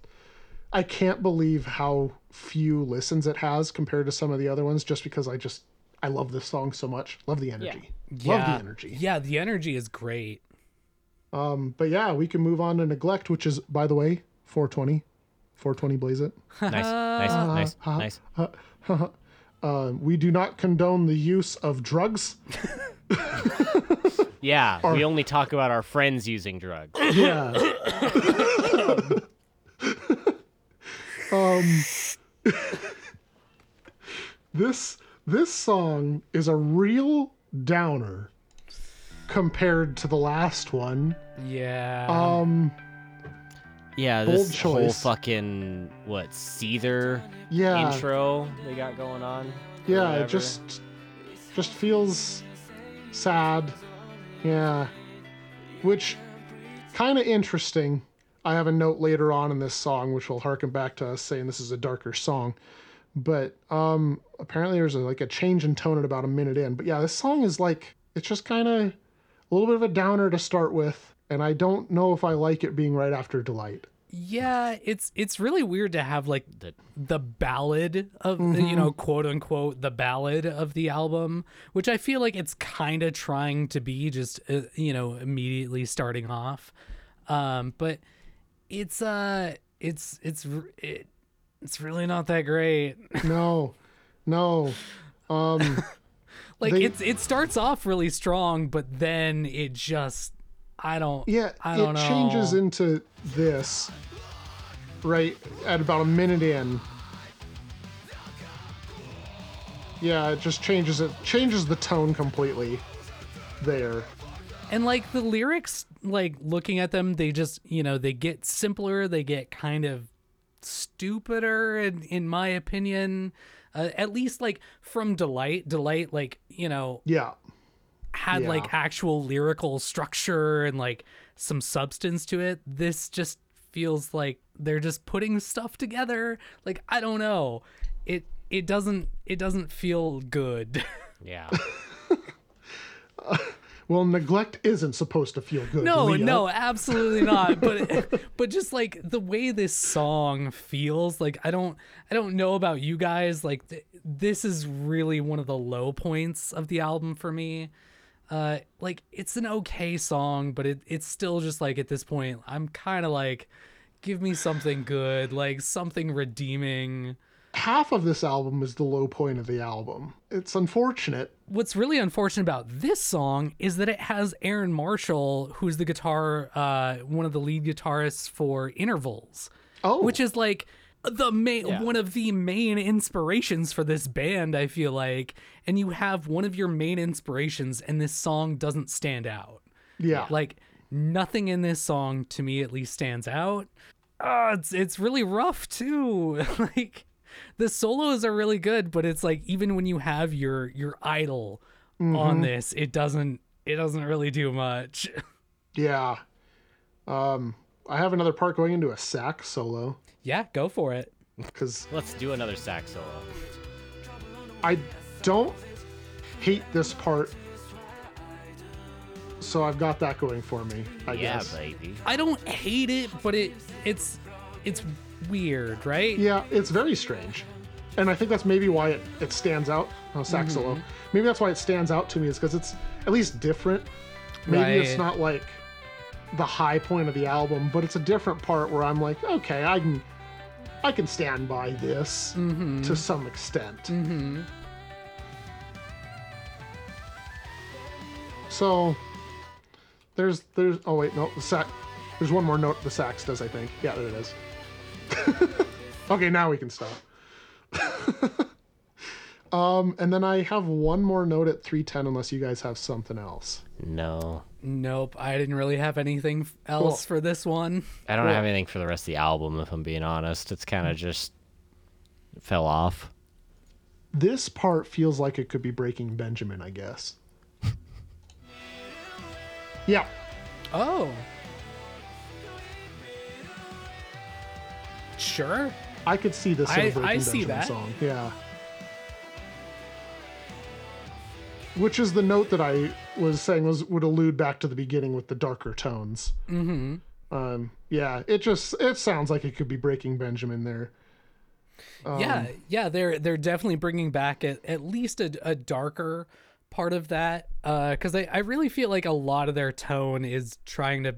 Speaker 1: I can't believe how few listens it has compared to some of the other ones just because I just I love this song so much. Love the energy. Love
Speaker 2: yeah.
Speaker 1: the energy.
Speaker 2: Yeah, the energy is great.
Speaker 1: Um but yeah, we can move on to neglect, which is by the way, 420. 420 blaze it.
Speaker 3: Nice, nice, nice,
Speaker 1: Uh-huh.
Speaker 3: nice.
Speaker 1: Um, we do not condone the use of drugs.
Speaker 3: Yeah, we only talk about our friends using drugs.
Speaker 1: Yeah. um this this song is a real downer compared to the last one.
Speaker 2: Yeah,
Speaker 1: Um
Speaker 3: Yeah,
Speaker 1: Bold
Speaker 3: this whole
Speaker 1: choice. Uh.
Speaker 3: fucking what Seether
Speaker 1: yeah.
Speaker 3: intro they got going on.
Speaker 1: yeah,
Speaker 3: whatever.
Speaker 1: it just just feels sad. Yeah. Which kind of interesting. I have a note later on in this song which will harken back to us saying this is a darker song. But um apparently there's a, like a change in tone at about a minute in. But yeah, this song is like it's just kind of a little bit of a downer to start with and I don't know if I like it being right after Delight.
Speaker 2: Yeah, it's it's really weird to have like the, the ballad of
Speaker 1: Mm-hmm.
Speaker 2: you know quote unquote the ballad of the album, which I feel like it's kind of trying to be just uh, you know immediately starting off, um, but it's uh it's it's r- it, it's really not that great.
Speaker 1: No, no. Um,
Speaker 2: like
Speaker 1: They-
Speaker 2: it's it starts off really strong, but then it just I don't
Speaker 1: yeah,
Speaker 2: I
Speaker 1: it
Speaker 2: don't know.
Speaker 1: changes into this right at about a minute in. Yeah, it just changes it changes the tone completely there.
Speaker 2: and like the lyrics like looking at them they just you know they get simpler they get kind of stupider in, in my opinion uh, at least like from delight delight like you know
Speaker 1: Yeah.
Speaker 2: had
Speaker 1: Yeah.
Speaker 2: like actual lyrical structure and like some substance to it this just feels like they're just putting stuff together like i don't know it it doesn't it doesn't feel good
Speaker 3: Yeah.
Speaker 1: Well, neglect isn't supposed to feel good.
Speaker 2: No,
Speaker 1: Leah.
Speaker 2: no, absolutely not. But but just like the way this song feels, like I don't I don't know about you guys, like th- this is really one of the low points of the album for me. Uh like it's an okay song, but it it's still just like at this point I'm kind of like give me something good, like something redeeming.
Speaker 1: half of this album is the low point of the album. It's unfortunate.
Speaker 2: what's really unfortunate about this song is that it has Aaron Marshall, who's the guitar, uh, one of the lead guitarists for Intervals,
Speaker 1: Oh,
Speaker 2: which is like the main one of the main inspirations for this band. I feel like, and you have one of your main inspirations, and this song doesn't stand out.
Speaker 1: yeah,
Speaker 2: Like nothing in this song, to me at least, stands out. Uh, it's it's really rough too. like the solos are really good, but it's like even when you have your your idol on this, it doesn't it doesn't really do much.
Speaker 1: yeah. Um, I have another part going into a sax solo
Speaker 2: yeah, go for it.
Speaker 1: because
Speaker 3: Let's do another sax solo.
Speaker 1: I don't hate this part, so I've got that going for me. I
Speaker 3: yeah,
Speaker 1: guess.
Speaker 3: baby.
Speaker 2: I don't hate it, but it it's it's weird, right?
Speaker 1: Yeah, it's very strange. And I think that's maybe why it, it stands out. Oh, sax solo. Maybe that's why it stands out to me is because it's at least different. Maybe it's
Speaker 2: Right.
Speaker 1: not like the high point of the album, but it's a different part where I'm like, okay, I can I can stand by this to some extent. So there's there's oh wait no the sax there's one more note the sax does I think yeah there it is. Okay, now we can stop. um, and then I have one more note at 310 unless you guys have something else.
Speaker 3: No.
Speaker 2: Nope, I didn't really have anything f- else for this one.
Speaker 3: I don't have anything for the rest of the album, if I'm being honest. It's kind of just fell off.
Speaker 1: This part feels like it could be breaking Benjamin, I guess. yeah.
Speaker 2: Oh. Sure.
Speaker 1: I could see this in a
Speaker 2: I-
Speaker 1: Breaking
Speaker 2: I see
Speaker 1: Benjamin
Speaker 2: that.
Speaker 1: song. Yeah. Which is the note that I was saying was would allude back to the beginning with the darker tones. Mm-hmm. Um, yeah, it just it sounds like it could be breaking Benjamin there.
Speaker 2: yeah, yeah, they're they're definitely bringing back at, at least a, a darker part of that because I, I really feel like a lot of their tone is trying to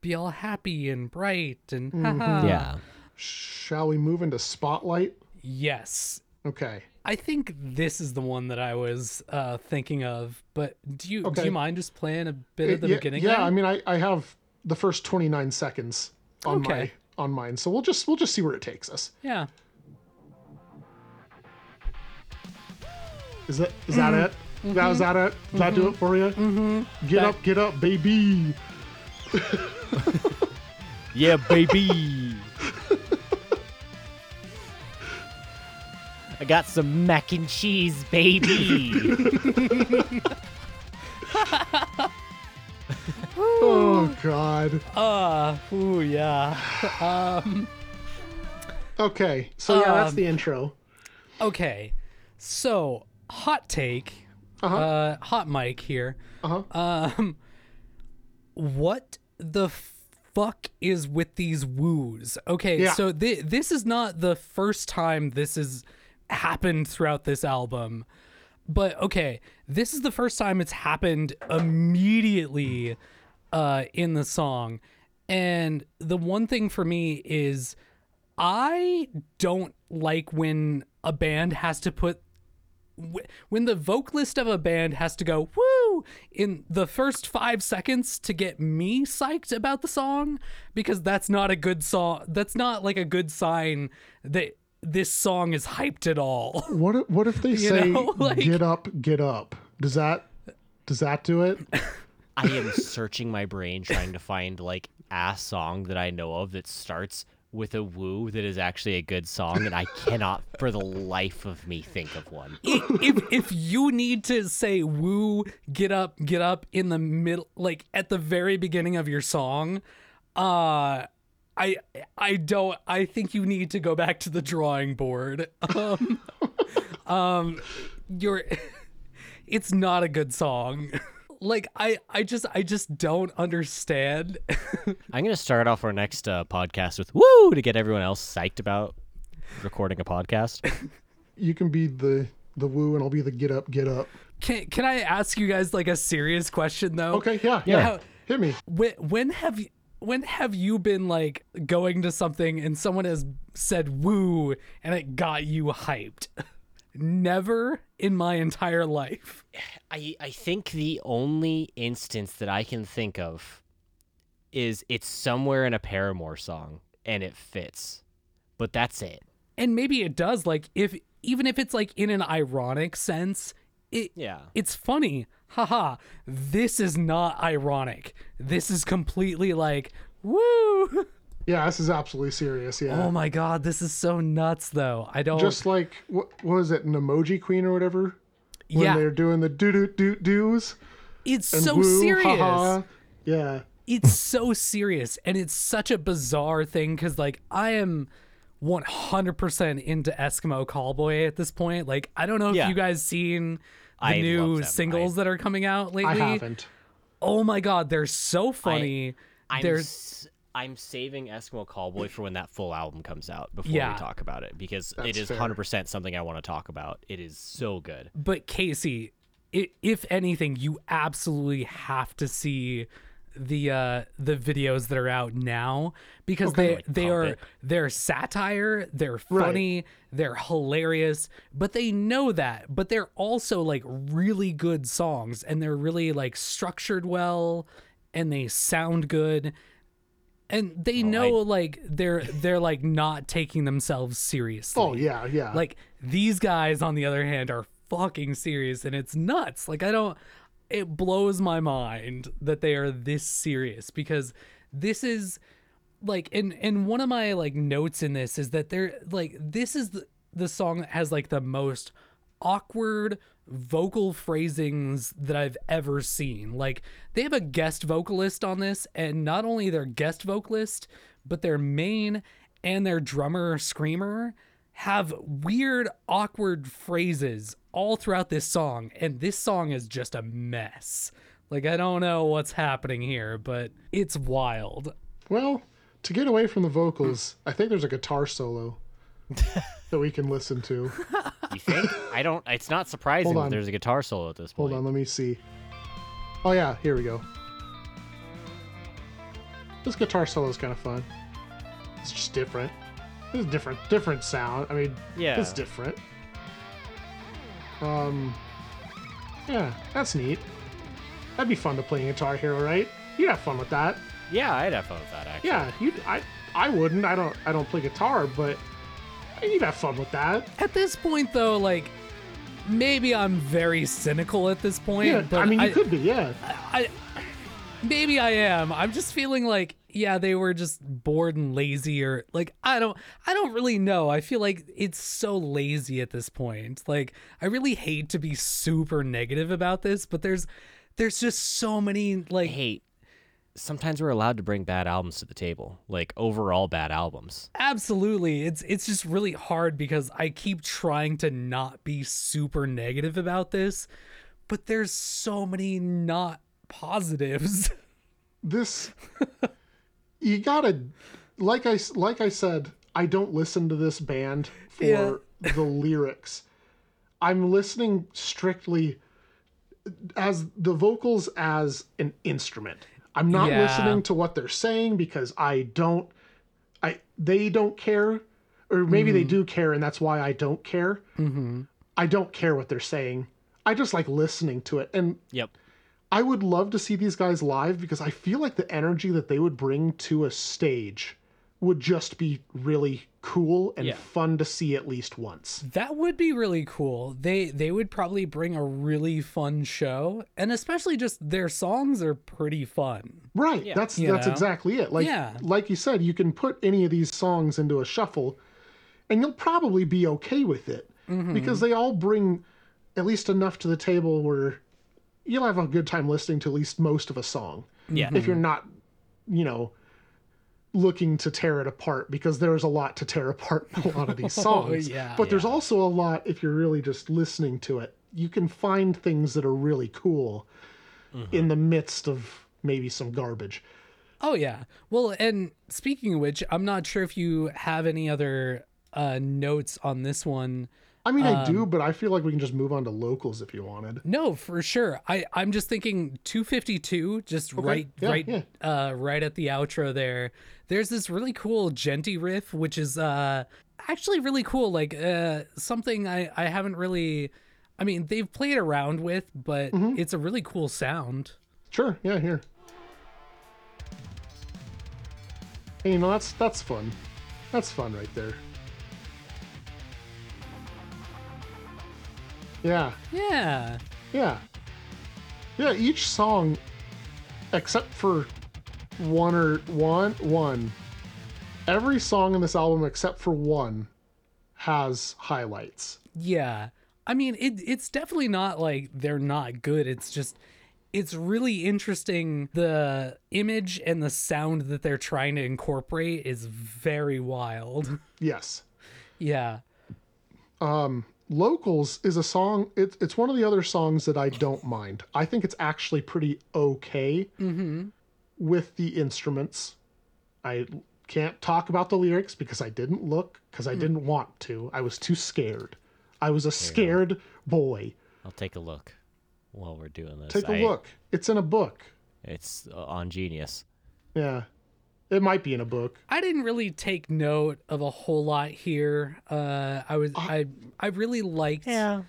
Speaker 2: be all happy and bright and haha.
Speaker 3: Mm-hmm. yeah.
Speaker 1: Shall we move into Spotlight?
Speaker 2: yes
Speaker 1: Okay.
Speaker 2: i think this is the one that i was uh thinking of but do you
Speaker 1: Okay.
Speaker 2: do you mind just playing a bit of the
Speaker 1: yeah,
Speaker 2: beginning
Speaker 1: yeah,
Speaker 2: there?
Speaker 1: I mean, I, I have the first twenty nine seconds on
Speaker 2: Okay.
Speaker 1: my on mine, so we'll just we'll just see where it takes us.
Speaker 2: yeah
Speaker 1: Is that is that it?
Speaker 2: Mm-hmm.
Speaker 1: That was that it? Did that do it for you? Mm-hmm. Get
Speaker 2: That-
Speaker 1: up, get up, baby.
Speaker 3: Yeah, baby. I got some mac and cheese, baby.
Speaker 1: Oh God.
Speaker 2: uh ooh yeah Um,
Speaker 1: Okay, so yeah, that's the intro.
Speaker 2: Okay, so hot take, uh hot mic here.
Speaker 1: Uh-huh.
Speaker 2: Um, what the fuck is with these woos? Okay,
Speaker 1: Yeah.
Speaker 2: so thi- this is not the first time this has happened throughout this album. But okay, this is the first time it's happened immediately uh, in the song. And the one thing for me is I don't like when a band has to put wh- when the vocalist of a band has to go woo in the first five seconds to get me psyched about the song because that's not a good song that's not like a good sign that this song is hyped at all
Speaker 1: What if, what if they say
Speaker 2: know, like-
Speaker 1: get up, get up? Does that does that do it?
Speaker 3: I am searching my brain trying to find like a song that I know of that starts with a woo that is actually a good song, and I cannot for the life of me think of one.
Speaker 2: if if you need to say woo get up get up in the middle like at the very beginning of your song uh i i don't i think you need to go back to the drawing board um um you're it's not a good song like i i just i just don't understand
Speaker 3: I'm gonna start off our next uh, podcast with woo to get everyone else psyched about recording a podcast.
Speaker 1: You can be the the woo, and I'll be the get up, get up.
Speaker 2: can can i ask you guys like a serious question though
Speaker 1: Okay, yeah, yeah.
Speaker 3: Yeah.
Speaker 2: Oh. How-
Speaker 1: Hit me.
Speaker 2: when when have you when have you been like going to something and someone has said woo and it got you hyped? Never in my entire life.
Speaker 3: I I think the only instance that I can think of is it's somewhere in a Paramore song and it fits, but that's it.
Speaker 2: And maybe it does like if even if it's like in an ironic sense, it
Speaker 3: Yeah.
Speaker 2: it's funny. Haha. This is not ironic. This is completely like woo.
Speaker 1: Yeah, this is absolutely serious. Yeah.
Speaker 2: Oh my god, this is so nuts though. I don't
Speaker 1: just like what, what was it, an emoji queen or whatever? When
Speaker 2: Yeah.
Speaker 1: they're doing the doo doo doo doos
Speaker 2: it's
Speaker 1: and
Speaker 2: so
Speaker 1: woo,
Speaker 2: serious.
Speaker 1: haha. Yeah.
Speaker 2: it's so serious and it's such a bizarre thing because like i am 100% into eskimo callboy at this point like i don't know if
Speaker 3: Yeah.
Speaker 2: you guys seen the
Speaker 3: I love
Speaker 2: new
Speaker 3: them.
Speaker 2: singles that are coming out
Speaker 1: I
Speaker 2: lately
Speaker 1: haven't.
Speaker 2: oh my god they're so funny
Speaker 3: I'm
Speaker 2: they're
Speaker 3: s- I'm saving Eskimo Callboy for when that full album comes out before
Speaker 2: Yeah.
Speaker 3: we talk about it because
Speaker 1: That's
Speaker 3: it is
Speaker 1: fair.
Speaker 3: 100% something I want to talk about. It is so good.
Speaker 2: but casey i if anything you absolutely have to see the uh the videos that are out now because they
Speaker 3: Like
Speaker 2: they
Speaker 3: pump
Speaker 2: are
Speaker 3: it.
Speaker 2: they're satire they're funny they're hilarious but they know that but they're also like really good songs and they're really like structured well and they sound good and they
Speaker 3: Oh,
Speaker 2: know like they're they're like not taking themselves seriously
Speaker 1: Oh yeah, yeah.
Speaker 2: like these guys on the other hand are fucking serious and it's nuts like i don't it blows my mind that they are this serious because this is like and and one of my like notes in this is that they're like this is the, the song that has like the most awkward vocal phrasings that i've ever seen like they have a guest vocalist on this and not only their guest vocalist but their main and their drummer screamer have weird awkward phrases all throughout this song and this song is just a mess like i don't know what's happening here but it's wild
Speaker 1: well, to get away from the vocals, I think there's a guitar solo that we can listen to.
Speaker 3: You think? I don't it's not surprising
Speaker 1: Hold
Speaker 3: that
Speaker 1: on.
Speaker 3: there's a guitar solo at this
Speaker 1: Hold
Speaker 3: point.
Speaker 1: on, let me see. Oh yeah, here we go. This guitar solo is kind of fun. It's just different. It's different, different sound. I mean,
Speaker 3: Yeah.
Speaker 1: it's different. Um, yeah, that's neat. That'd be fun to play in Guitar Hero, right? You'd have fun with that.
Speaker 3: Yeah, I'd have fun with that actually.
Speaker 1: Yeah, you. I, I wouldn't. I don't. I don't play guitar, but you'd have fun with that.
Speaker 2: At this point, though, like maybe I'm very cynical at this point.
Speaker 1: Yeah,
Speaker 2: but
Speaker 1: I mean, you
Speaker 2: I,
Speaker 1: could be. Yeah,
Speaker 2: I, maybe I am. I'm just feeling like yeah, they were just bored and lazy, or like I don't, I don't really know. I feel like it's so lazy at this point. Like I really hate to be super negative about this, but there's, there's just so many like
Speaker 3: Hey, sometimes we're allowed to bring bad albums to the table, like overall bad albums.
Speaker 2: Absolutely. It's it's just really hard because I keep trying to not be super negative about this, but there's so many not positives.
Speaker 1: this you gotta like I s- like I said, I don't listen to this band for
Speaker 2: Yeah.
Speaker 1: the lyrics. I'm listening strictly as the vocals as an instrument. I'm not
Speaker 2: Yeah.
Speaker 1: listening to what they're saying because I don't I they don't care or maybe
Speaker 2: Mm-hmm.
Speaker 1: they do care and that's why I don't care. I don't care what they're saying. I just like listening to it and
Speaker 3: Yep.
Speaker 1: I would love to see these guys live because I feel like the energy that they would bring to a stage would just be really cool and
Speaker 3: Yeah.
Speaker 1: fun to see at least once.
Speaker 2: That would be really cool. They they would probably bring a really fun show, and especially just their songs are pretty fun.
Speaker 1: Right. That's
Speaker 2: You
Speaker 1: that's
Speaker 2: know?
Speaker 1: exactly it. Like
Speaker 2: Yeah.
Speaker 1: like you said, you can put any of these songs into a shuffle and you'll probably be okay with it because they all bring at least enough to the table where you'll have a good time listening to at least most of a song.
Speaker 3: Yeah.
Speaker 1: if
Speaker 2: Hmm.
Speaker 1: you're not, you know, looking to tear it apart because there's a lot to tear apart in a lot of these songs.
Speaker 2: Oh, yeah.
Speaker 1: But there's also a lot if you're really just listening to it. You can find things that are really cool
Speaker 2: Mm-hmm.
Speaker 1: in the midst of maybe some garbage.
Speaker 2: Oh yeah. Well, and speaking of which, I'm not sure if you have any other uh, notes on this one.
Speaker 1: I mean, I
Speaker 2: Um,
Speaker 1: do, but I feel like we can just move on to locals if you wanted.
Speaker 2: No, for sure. I I'm just thinking 252, just right
Speaker 1: Yeah,
Speaker 2: right
Speaker 1: yeah.
Speaker 2: uh right at the outro there. There's this really cool Genty riff, which is uh actually really cool. Like uh something I I haven't really, I mean they've played around with, but
Speaker 1: Mm-hmm.
Speaker 2: it's a really cool sound.
Speaker 1: Sure. Yeah. Here. And, you know, that's that's fun. That's fun right there. Yeah.
Speaker 2: Yeah.
Speaker 1: Yeah. Yeah, each song except for one or one one. Every song in this album except for one has highlights.
Speaker 2: Yeah. I mean, it, it's definitely not like they're not good. It's just, it's really interesting. The image and the sound that they're trying to incorporate is very wild.
Speaker 1: Yes.
Speaker 2: yeah.
Speaker 1: Locals is a song it, it's one of the other songs that I don't mind. I think it's actually pretty okay
Speaker 2: Mm-hmm.
Speaker 1: with the instruments. I can't talk about the lyrics because I didn't look because I
Speaker 2: Hmm.
Speaker 1: didn't want to. I was too scared. I was a scared boy.
Speaker 3: I'll take a look while we're doing this.
Speaker 1: Take a
Speaker 3: I-
Speaker 1: look. It's in a book.
Speaker 3: It's uh, on Genius.
Speaker 1: Yeah. It might be in a book.
Speaker 2: I didn't really take note of a whole lot here. Uh, I was, I, I really liked, I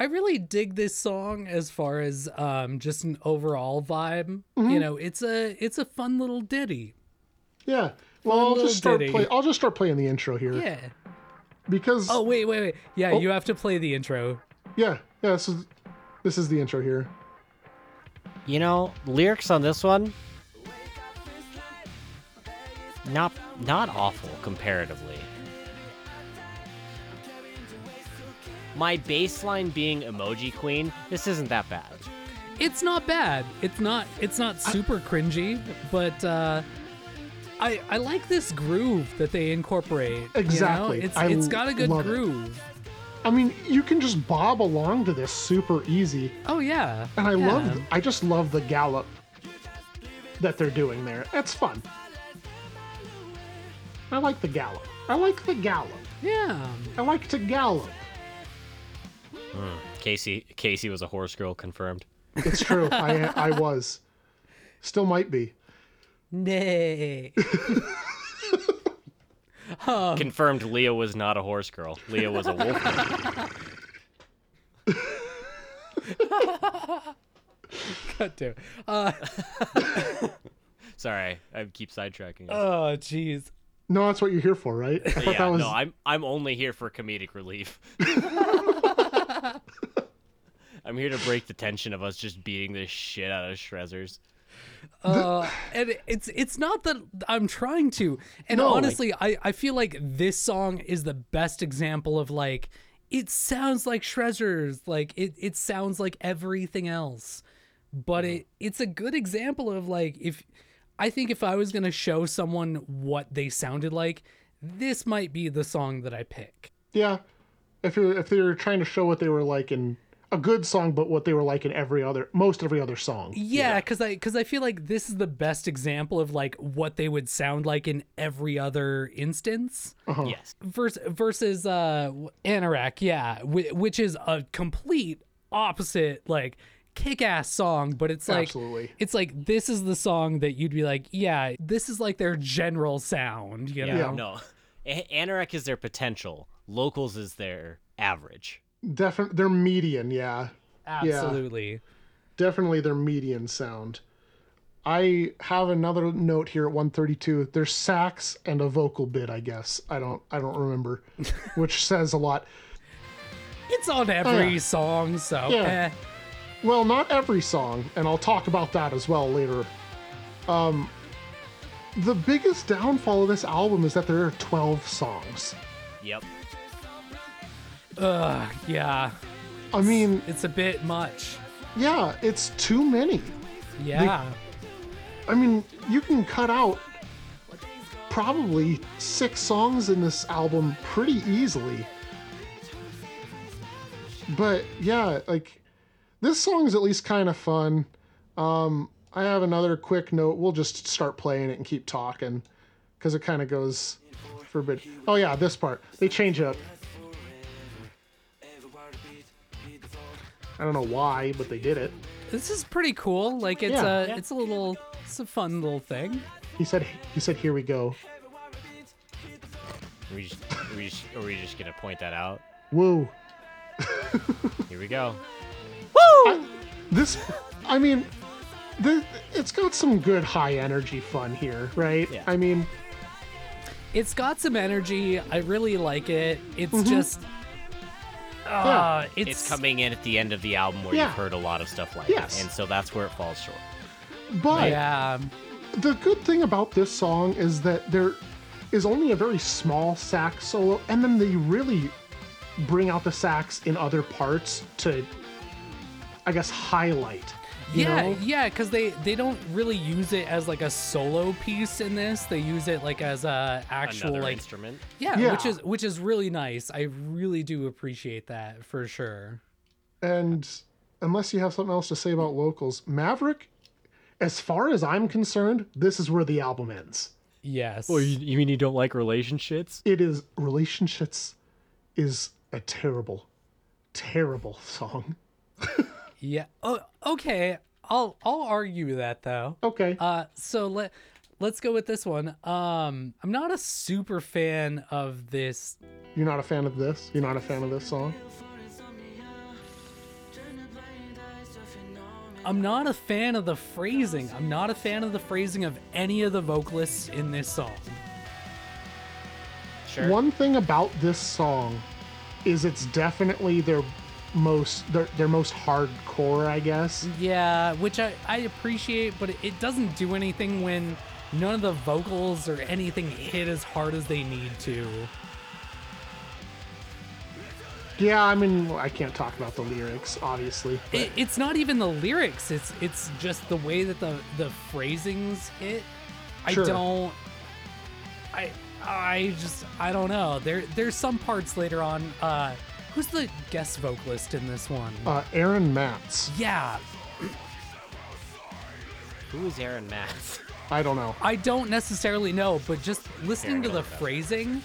Speaker 2: really dig this song as far as um, just an overall vibe. You know, it's a, it's a fun little ditty.
Speaker 1: Yeah. Well, I'll
Speaker 2: little
Speaker 1: just start
Speaker 2: ditty.
Speaker 1: play, I'll just start playing the intro here
Speaker 2: Yeah.
Speaker 1: because
Speaker 2: Oh wait, wait, wait. Yeah, you have to play the intro.
Speaker 1: yeah, yeah, this is this is the intro here.
Speaker 3: You know, lyrics on this one not not awful comparatively. My baseline being emoji queen, this isn't that bad.
Speaker 2: it's not bad. It's not it's not super cringy, but uh, I I like this groove that they incorporate. you know?
Speaker 1: Exactly.
Speaker 2: It's
Speaker 1: I
Speaker 2: it's got a good
Speaker 1: love it.
Speaker 2: groove.
Speaker 1: I mean, you can just bob along to this super easy,
Speaker 2: Oh yeah.
Speaker 1: and I
Speaker 2: yeah.
Speaker 1: love I just love the gallop that they're doing there. It's fun. I like the gallop. I like the gallop.
Speaker 2: Yeah.
Speaker 1: I like to gallop.
Speaker 3: Casey Casey was a horse girl confirmed.
Speaker 1: It's true. I I was, still might be.
Speaker 2: Nay.
Speaker 3: Um. Confirmed Leah was not a horse girl. Leah was a wolf. girl.
Speaker 2: Cut to. Uh,
Speaker 3: Sorry, I keep sidetracking.
Speaker 1: Uh,
Speaker 3: us.
Speaker 2: oh jeez.
Speaker 1: No, that's what you're here for, right? I thought
Speaker 3: yeah,
Speaker 1: that was
Speaker 3: no, I'm I'm only here for comedic relief. I'm here to break the tension of us just beating the shit out of Shrezzers.
Speaker 2: Uh, and it's it's not that I'm trying to. And
Speaker 1: No.
Speaker 2: honestly, I I feel like this song is the best example of like it sounds like Treasures, like it it sounds like everything else, but it it's a good example of like if I think if I was gonna show someone what they sounded like, this might be the song that I pick.
Speaker 1: Yeah, if you're if they're trying to show what they were like in a good song, but what they were like in every other, most every other song.
Speaker 2: Yeah, because I because I feel like this is the best example of like what they would sound like in every other instance
Speaker 3: Yes.
Speaker 2: Vers versus uh w- Anorak, yeah, whi- which is a complete opposite like kick-ass song, but it's like
Speaker 1: Absolutely.
Speaker 2: it's like this is the song that you'd be like, yeah, this is like their general sound, you know.
Speaker 3: Yeah. No. A- Anorak is their potential. Locals is their average.
Speaker 1: Definitely, they're median. Yeah,
Speaker 2: Absolutely.
Speaker 1: definitely their median sound. I have another note here at 132. There's sax and a vocal bit, I guess. I don't I don't remember, which says a lot.
Speaker 2: It's on every
Speaker 1: Oh, yeah.
Speaker 2: song, so
Speaker 1: Yeah.
Speaker 2: eh.
Speaker 1: Well, not every song, and I'll talk about that as well later. Um the biggest downfall of this album is that there are 12 songs.
Speaker 3: Yep.
Speaker 2: Ugh, yeah.
Speaker 1: I mean,
Speaker 2: It's a bit much.
Speaker 1: yeah, it's too many.
Speaker 2: Yeah.
Speaker 1: I mean, you can cut out probably six songs in this album pretty easily. But yeah, like this song's at least kind of fun. Um, I have another quick note. We'll just start playing it and keep talking because it kind of goes for a bit. Oh, yeah, this part. They change it up. I don't know why, but they did it.
Speaker 2: This is pretty cool. Like it's
Speaker 1: Yeah.
Speaker 2: a it's a little it's a fun little thing.
Speaker 1: He said, he said, here we go.
Speaker 3: Are we just, are we just, are we just gonna point that out?
Speaker 1: Woo.
Speaker 3: Here we go.
Speaker 1: this i mean the, it's got some good high energy fun here right
Speaker 3: Yeah.
Speaker 1: i mean
Speaker 2: It's got some energy. I really like it. It's
Speaker 1: Mm-hmm.
Speaker 2: just uh, it's,
Speaker 3: It's coming in at the end of the album where
Speaker 1: Yeah.
Speaker 3: you've heard a lot of stuff like
Speaker 1: Yes.
Speaker 3: it, and so that's where it falls short.
Speaker 1: but
Speaker 2: Yeah. um,
Speaker 1: the good thing about this song is that there is only a very small sax solo and then they really bring out the sax in other parts to i guess highlight you
Speaker 2: yeah,
Speaker 1: know?
Speaker 2: yeah, because they they don't really use it as like a solo piece in this. They use it like as a actual
Speaker 3: Another
Speaker 2: like
Speaker 3: instrument.
Speaker 2: yeah,
Speaker 1: Yeah.
Speaker 2: which is which is really nice. I really do appreciate that for sure.
Speaker 1: and unless you have something else to say about locals maverick as far as i'm concerned this is where the album ends
Speaker 2: Yes.
Speaker 6: you mean you don't like relationships?
Speaker 1: it is relationships is a terrible terrible song
Speaker 2: yeah. Oh, okay. I'll I'll argue that though.
Speaker 1: okay
Speaker 2: Uh, so let let's go with this one. Um, I'm not a super fan of this.
Speaker 1: you're not a fan of this you're not a fan of this song
Speaker 2: I'm not a fan of the phrasing. I'm not a fan of the phrasing of any of the vocalists in this song.
Speaker 3: Sure.
Speaker 1: one thing about this song is it's definitely their most their, their most hardcore i guess
Speaker 2: Yeah, which I I appreciate, but it doesn't do anything when none of the vocals or anything hit as hard as they need to.
Speaker 1: yeah i mean well, i can't talk about the lyrics obviously but
Speaker 2: It, it's not even the lyrics. It's it's just the way that the the phrasings hit.
Speaker 1: Sure.
Speaker 2: I don't. I I just I don't know. There there's some parts later on. Uh, who's the guest vocalist in this one?
Speaker 1: uh, aaron matz
Speaker 2: yeah,
Speaker 3: Who is Aaron Matz?
Speaker 1: i don't know
Speaker 2: I don't necessarily know, but just
Speaker 3: Here,
Speaker 2: listening
Speaker 3: I'm
Speaker 2: to
Speaker 3: gonna
Speaker 2: the
Speaker 3: look it up.
Speaker 2: phrasing,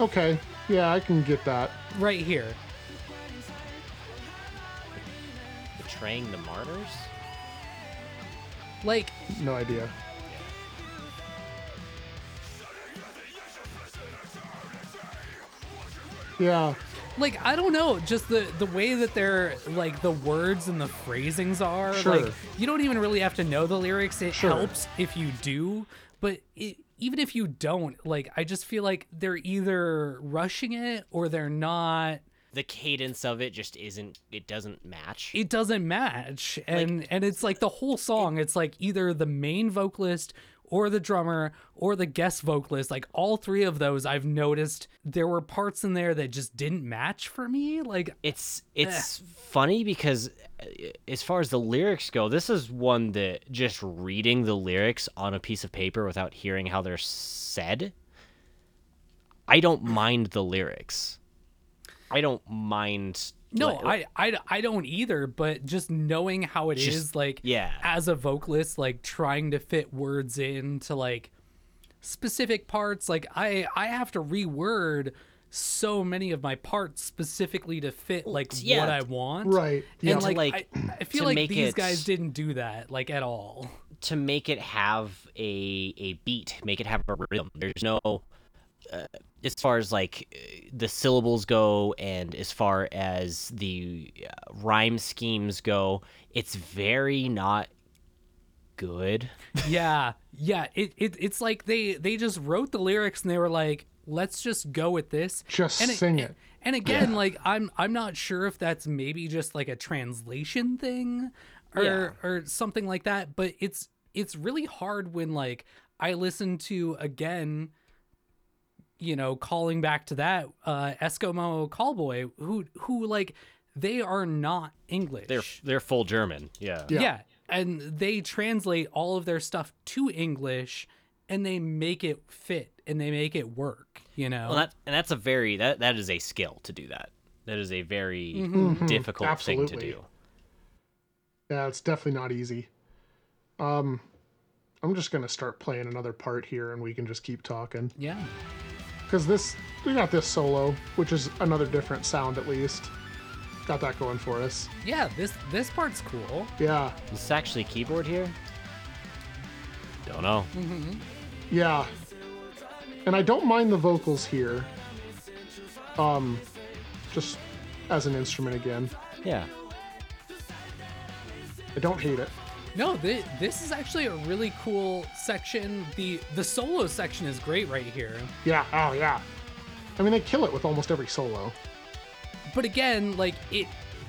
Speaker 1: okay yeah i can get that
Speaker 2: right here.
Speaker 3: Betraying the martyrs?
Speaker 2: Like
Speaker 1: no idea yeah
Speaker 2: like I don't know, just the the way that they're like the words and the phrasings are.
Speaker 1: Sure.
Speaker 2: Like you don't even really have to know the lyrics. It
Speaker 1: Sure.
Speaker 2: helps if you do, but it, even if you don't, like I just feel like they're either rushing it or they're not.
Speaker 3: The cadence of it just isn't. It doesn't match.
Speaker 2: It doesn't match, and and it's like the whole song. it's like either the main vocalist or the drummer or the guest vocalist like all three of those i've noticed there were parts in there that just didn't match for me like
Speaker 3: it's
Speaker 2: Eh.
Speaker 3: it's funny because uh, as far as the lyrics go, this is one that just reading the lyrics on a piece of paper without hearing how they're said, I don't mind the lyrics. I don't mind.
Speaker 2: No,
Speaker 3: like,
Speaker 2: I, I, I don't either, but just knowing how it is,
Speaker 3: Just-
Speaker 2: like,
Speaker 3: yeah.
Speaker 2: as a vocalist, like, trying to fit words into, like, specific parts, like, I, I have to reword so many of my parts specifically to fit, like,
Speaker 3: yeah.
Speaker 2: what I want.
Speaker 1: Right. Yeah.
Speaker 2: And,
Speaker 3: to,
Speaker 2: like,
Speaker 3: like,
Speaker 2: I, I feel
Speaker 3: to
Speaker 2: like
Speaker 3: make
Speaker 2: these
Speaker 3: it-
Speaker 2: guys didn't do that, like, at all.
Speaker 3: to make it have a a beat, make it have a rhythm. There's no uh, as far as like uh, the syllables go and as far as the uh, rhyme schemes go, it's very not good.
Speaker 2: yeah yeah it, it it's like they they just wrote the lyrics and they were like let's just go with this
Speaker 1: Just
Speaker 2: and
Speaker 1: sing it.
Speaker 2: and again like i'm i'm not sure if that's maybe just like a translation thing or or something like that but it's it's really hard when like i listen to again you know calling back to that uh eskimo callboy who who like they are not english
Speaker 3: They're they're full German. Yeah.
Speaker 1: Yeah.
Speaker 2: yeah. And they translate all of their stuff to English and they make it fit and they make it work, you know?
Speaker 3: Well, that and that's a very that that is a skill to do that. That is a very difficult thing to
Speaker 1: Absolutely.
Speaker 3: do.
Speaker 1: Yeah, it's definitely not easy. Um, I'm just gonna start playing another part here, and we can just keep talking.
Speaker 2: yeah.
Speaker 1: Because this, we got this solo, which is another different sound at least. Got that going for us.
Speaker 2: Yeah, this this part's cool.
Speaker 1: Yeah,
Speaker 3: Is this actually keyboard here? Don't know.
Speaker 1: yeah. And I don't mind the vocals here. Um, just as an instrument again.
Speaker 3: Yeah.
Speaker 1: I don't hate it.
Speaker 2: No, thi- this is actually a really cool section. The the solo section is great right here.
Speaker 1: Yeah. Oh yeah. I mean, they kill it with almost every solo.
Speaker 2: But again, like it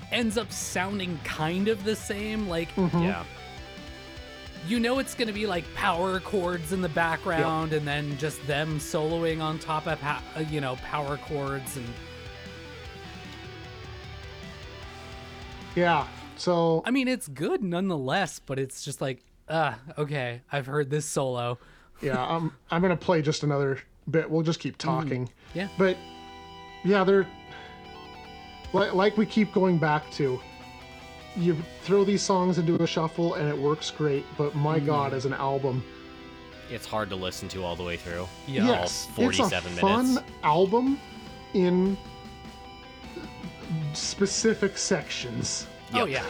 Speaker 2: ends up sounding kind of the same. Like
Speaker 3: Yeah.
Speaker 2: you know it's going to be like power chords in the background and then just them soloing on top of ha- uh, you know power chords and
Speaker 1: Yeah. So
Speaker 2: I mean, it's good nonetheless, but it's just like, ah, okay, I've heard this solo.
Speaker 1: yeah, I'm I'm gonna play just another bit. We'll just keep talking.
Speaker 2: yeah.
Speaker 1: But yeah, they're like, like we keep going back to. You throw these songs into a shuffle and it works great, but my god, as an album,
Speaker 3: It's hard to listen to all the way through.
Speaker 2: Yeah.
Speaker 1: yes, it's a
Speaker 3: 47
Speaker 1: fun
Speaker 3: minutes.
Speaker 1: album in specific sections.
Speaker 2: Oh yeah.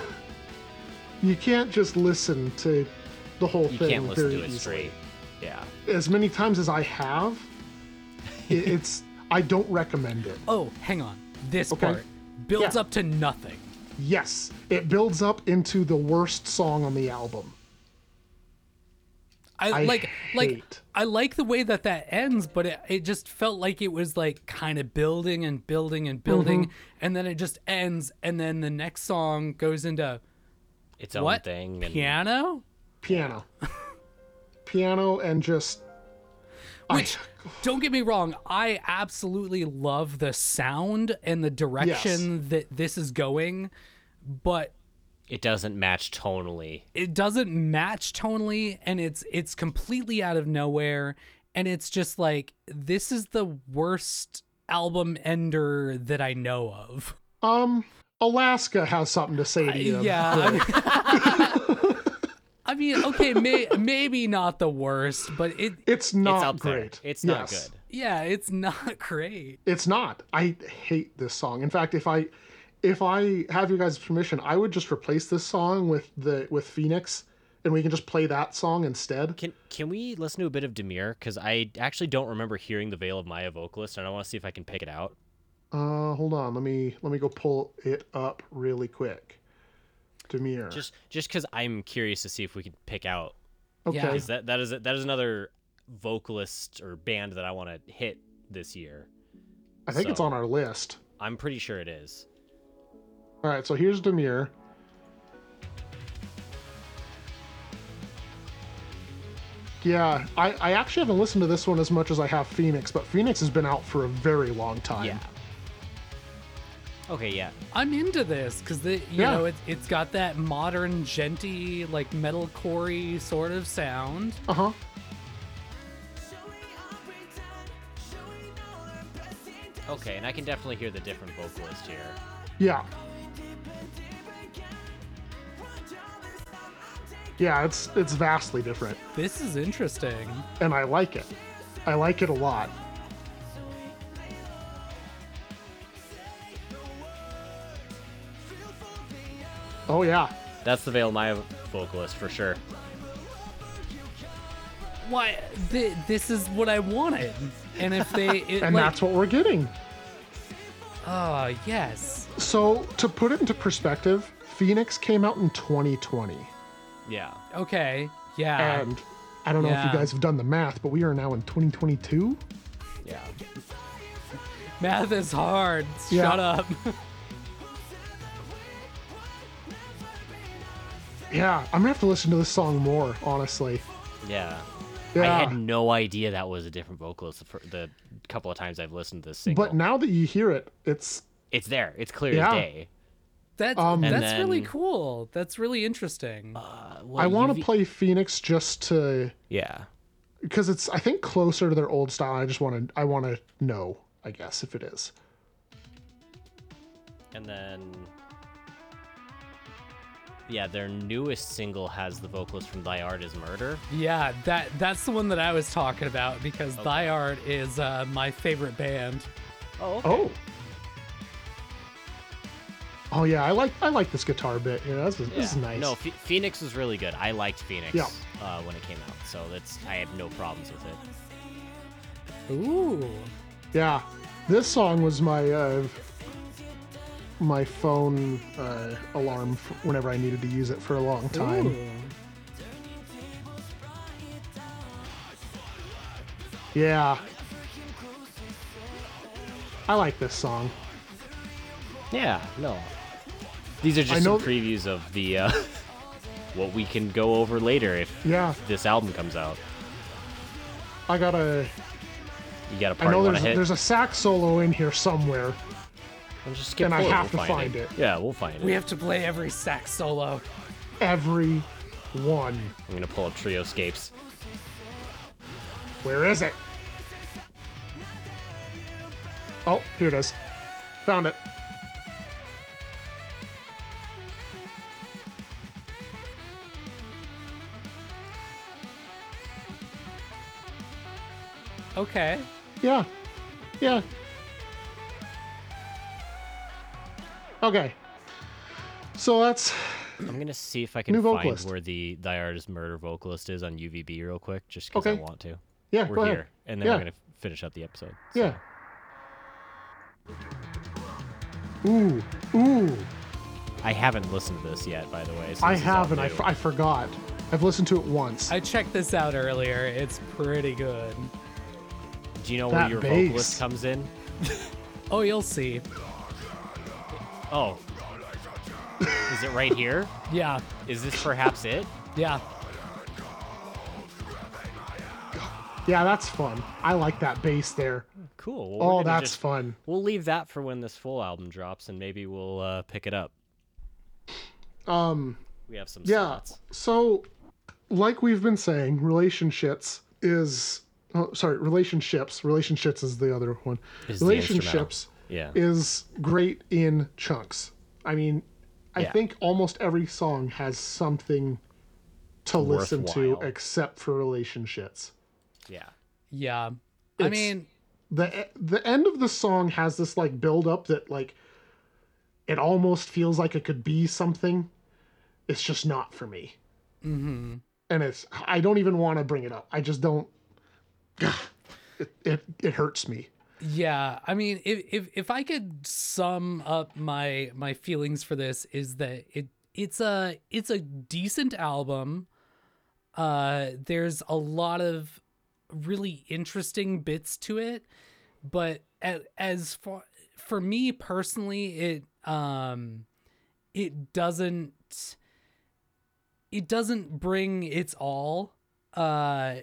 Speaker 1: You can't just listen to the whole
Speaker 3: You
Speaker 1: thing.
Speaker 3: can't listen
Speaker 1: very
Speaker 3: to it
Speaker 1: easily.
Speaker 3: straight. Yeah.
Speaker 1: As many times as I have, it, it's I don't recommend it.
Speaker 2: Oh, hang on. This
Speaker 1: Okay.
Speaker 2: part builds
Speaker 1: Yeah.
Speaker 2: up to nothing.
Speaker 1: Yes, it builds up into the worst song on the album. I
Speaker 2: I, like like
Speaker 1: hate.
Speaker 2: I like the way that that ends, but it, it just felt like it was like kind of building and building and building,
Speaker 1: Mm-hmm.
Speaker 2: and then it just ends, and then the next song goes into
Speaker 3: Its own
Speaker 2: what
Speaker 3: thing. And
Speaker 2: piano,
Speaker 1: Piano. Piano and just
Speaker 2: which. Don't get me wrong, I absolutely love the sound and the direction that this is going, but
Speaker 3: It doesn't match tonally.
Speaker 2: it doesn't match tonally and it's it's completely out of nowhere and it's just like this is the worst album ender that I know of.
Speaker 1: um Alaska has something to say to you.
Speaker 2: yeah. I mean, I mean, okay, may, maybe not the worst, but it
Speaker 1: It's not
Speaker 3: it's up
Speaker 1: great.
Speaker 3: there. It's not
Speaker 1: Yes.
Speaker 3: good.
Speaker 2: yeah, it's not great.
Speaker 1: It's not. I hate this song. In fact, if I if I have your guys' permission, I would just replace this song with the with Phoenix and we can just play that song instead.
Speaker 3: Can can we listen to a bit of Demir? Because I actually don't remember hearing the Veil of Maya vocalist, and I want to see if I can pick it out.
Speaker 1: Uh hold on, let me let me go pull it up really quick. Demir.
Speaker 3: Just just because I'm curious to see if we can pick out.
Speaker 1: okay.
Speaker 2: Yeah.
Speaker 3: Because that that is that is another vocalist or band that I want to hit this year.
Speaker 1: I think it's
Speaker 3: so-
Speaker 1: on our list.
Speaker 3: I'm pretty sure it is.
Speaker 1: All right, so here's Demir. Yeah, I, I actually haven't listened to this one as much as I have Phoenix, but Phoenix has been out for a very long time.
Speaker 3: Yeah. Okay. Yeah.
Speaker 2: I'm into this cuz the you
Speaker 1: Yeah.
Speaker 2: know, it it's got that modern genty like metalcore sort of sound.
Speaker 1: Uh huh.
Speaker 5: Should we all pretend? Should we know
Speaker 3: Okay, and I can definitely hear the different vocalist here.
Speaker 1: Yeah. Yeah, it's it's vastly different,
Speaker 2: This is interesting.
Speaker 1: and I like it. I like it a lot. Oh yeah,
Speaker 3: That's the Veil Maya vocalist for sure.
Speaker 2: Why? Th- this is what I wanted. And if they, it,
Speaker 1: and
Speaker 2: like,
Speaker 1: that's what we're getting.
Speaker 2: oh yes,
Speaker 1: So to put it into perspective, Phoenix came out in 2020,
Speaker 3: Yeah.
Speaker 2: okay,
Speaker 3: Uh,
Speaker 2: yeah.
Speaker 1: and I don't know if
Speaker 2: Yeah.
Speaker 1: you guys have done the math, but we are now in 2022.
Speaker 3: Yeah.
Speaker 2: Math is hard.
Speaker 1: Yeah.
Speaker 2: Shut up.
Speaker 1: Yeah, I'm gonna have to listen to this song more, honestly.
Speaker 3: Yeah. I
Speaker 1: Yeah.
Speaker 3: had no idea that was a different vocalist the, fir- the couple of times I've listened to this single.
Speaker 1: But now that you hear it, it's
Speaker 3: it's there. It's clear
Speaker 1: Yeah.
Speaker 3: as day.
Speaker 2: That's
Speaker 1: Um, And
Speaker 2: that's really
Speaker 3: then-
Speaker 2: cool. That's really interesting.
Speaker 3: Uh,
Speaker 1: I want to
Speaker 3: to
Speaker 1: play Phoenix just to
Speaker 3: Yeah.
Speaker 1: because it's I think closer to their old style. I just want to I want to know I guess if it is.
Speaker 3: And then. Yeah, their newest single has the vocalist from Thy Art is Murder.
Speaker 2: yeah, that that's the one that I was talking about because Thy Art is uh, my favorite band.
Speaker 3: Oh, okay.
Speaker 1: Oh. Oh yeah, I like I like this guitar bit. Yeah, this is, this is
Speaker 3: Yeah.
Speaker 1: nice.
Speaker 3: No, Ph- Phoenix was really good. I liked Phoenix
Speaker 1: Yeah.
Speaker 3: uh, when it came out, so that's I had no problems with it.
Speaker 2: Ooh,
Speaker 1: Yeah, this song was my uh, my phone uh, alarm f whenever I needed to use it for a long time.
Speaker 2: ooh.
Speaker 1: Yeah. I like this song.
Speaker 3: Yeah, no. These are
Speaker 1: I
Speaker 3: just some
Speaker 1: know-
Speaker 3: previews of the uh, what we can go over later if
Speaker 1: Yeah,
Speaker 3: this album comes out.
Speaker 1: I got a.
Speaker 3: You got a
Speaker 1: I
Speaker 3: part you
Speaker 1: know
Speaker 3: want to
Speaker 1: there's
Speaker 3: hit.
Speaker 1: there's a sax solo in here somewhere.
Speaker 3: We'll just skip
Speaker 1: and I
Speaker 3: forward,
Speaker 1: have
Speaker 3: we'll
Speaker 1: to find it.
Speaker 3: Yeah, we'll find it.
Speaker 2: We have to play every sax solo.
Speaker 1: Every one.
Speaker 3: I'm gonna pull up Trioscapes.
Speaker 1: Where is it? Oh, here it is. Found it.
Speaker 2: Okay.
Speaker 1: Yeah. Yeah. Okay. So that's
Speaker 3: I'm gonna see if I can
Speaker 1: New
Speaker 3: find
Speaker 1: vocalist.
Speaker 3: where the Thy Art is Murder vocalist is on UVB real quick, just because
Speaker 1: Okay.
Speaker 3: I want to.
Speaker 1: yeah.
Speaker 3: We're
Speaker 1: go
Speaker 3: here,
Speaker 1: ahead.
Speaker 3: and then
Speaker 1: yeah.
Speaker 3: we're gonna finish up the episode. so.
Speaker 1: Yeah. Ooh, ooh.
Speaker 3: I haven't listened to this yet, by the way. so
Speaker 1: I
Speaker 3: this is all
Speaker 1: have, and I,
Speaker 3: new.
Speaker 1: f- I forgot. I've listened to it once.
Speaker 2: I checked this out earlier. It's pretty good.
Speaker 3: Do you know where
Speaker 1: that
Speaker 3: your
Speaker 1: bass.
Speaker 3: vocalist comes in?
Speaker 2: Oh, you'll see.
Speaker 3: Oh. Is it right here?
Speaker 2: Yeah.
Speaker 3: Is this perhaps it?
Speaker 2: Yeah.
Speaker 1: yeah, that's fun. I like that bass there.
Speaker 3: Cool. well, we're
Speaker 1: Oh,
Speaker 3: gonna
Speaker 1: that's
Speaker 3: just-
Speaker 1: fun.
Speaker 3: We'll leave that for when this full album drops, and maybe we'll uh, pick it up.
Speaker 1: Um,
Speaker 3: We have some
Speaker 1: yeah.
Speaker 3: slots.
Speaker 1: So, like we've been saying, relationships is oh, sorry, relationships. Relationships is the other one.
Speaker 3: Is the
Speaker 1: relationships
Speaker 3: Yeah.
Speaker 1: is great in chunks. I mean, I
Speaker 3: Yeah.
Speaker 1: think almost every song has something to listen to
Speaker 3: Worthwhile.
Speaker 1: except for relationships.
Speaker 3: Yeah.
Speaker 2: Yeah. I
Speaker 1: It's-
Speaker 2: mean,
Speaker 1: the the end of the song has this like build up that like it almost feels like it could be something it's just not for me mm-hmm. and it's i don't even want to bring it up i just don't it, it it hurts me
Speaker 2: Yeah, I mean, if if if I could sum up my my feelings for this is that it it's a it's a decent album. Uh, there's a lot of really interesting bits to it, but as, as far for me personally, it um, it doesn't it doesn't bring its all. Uh,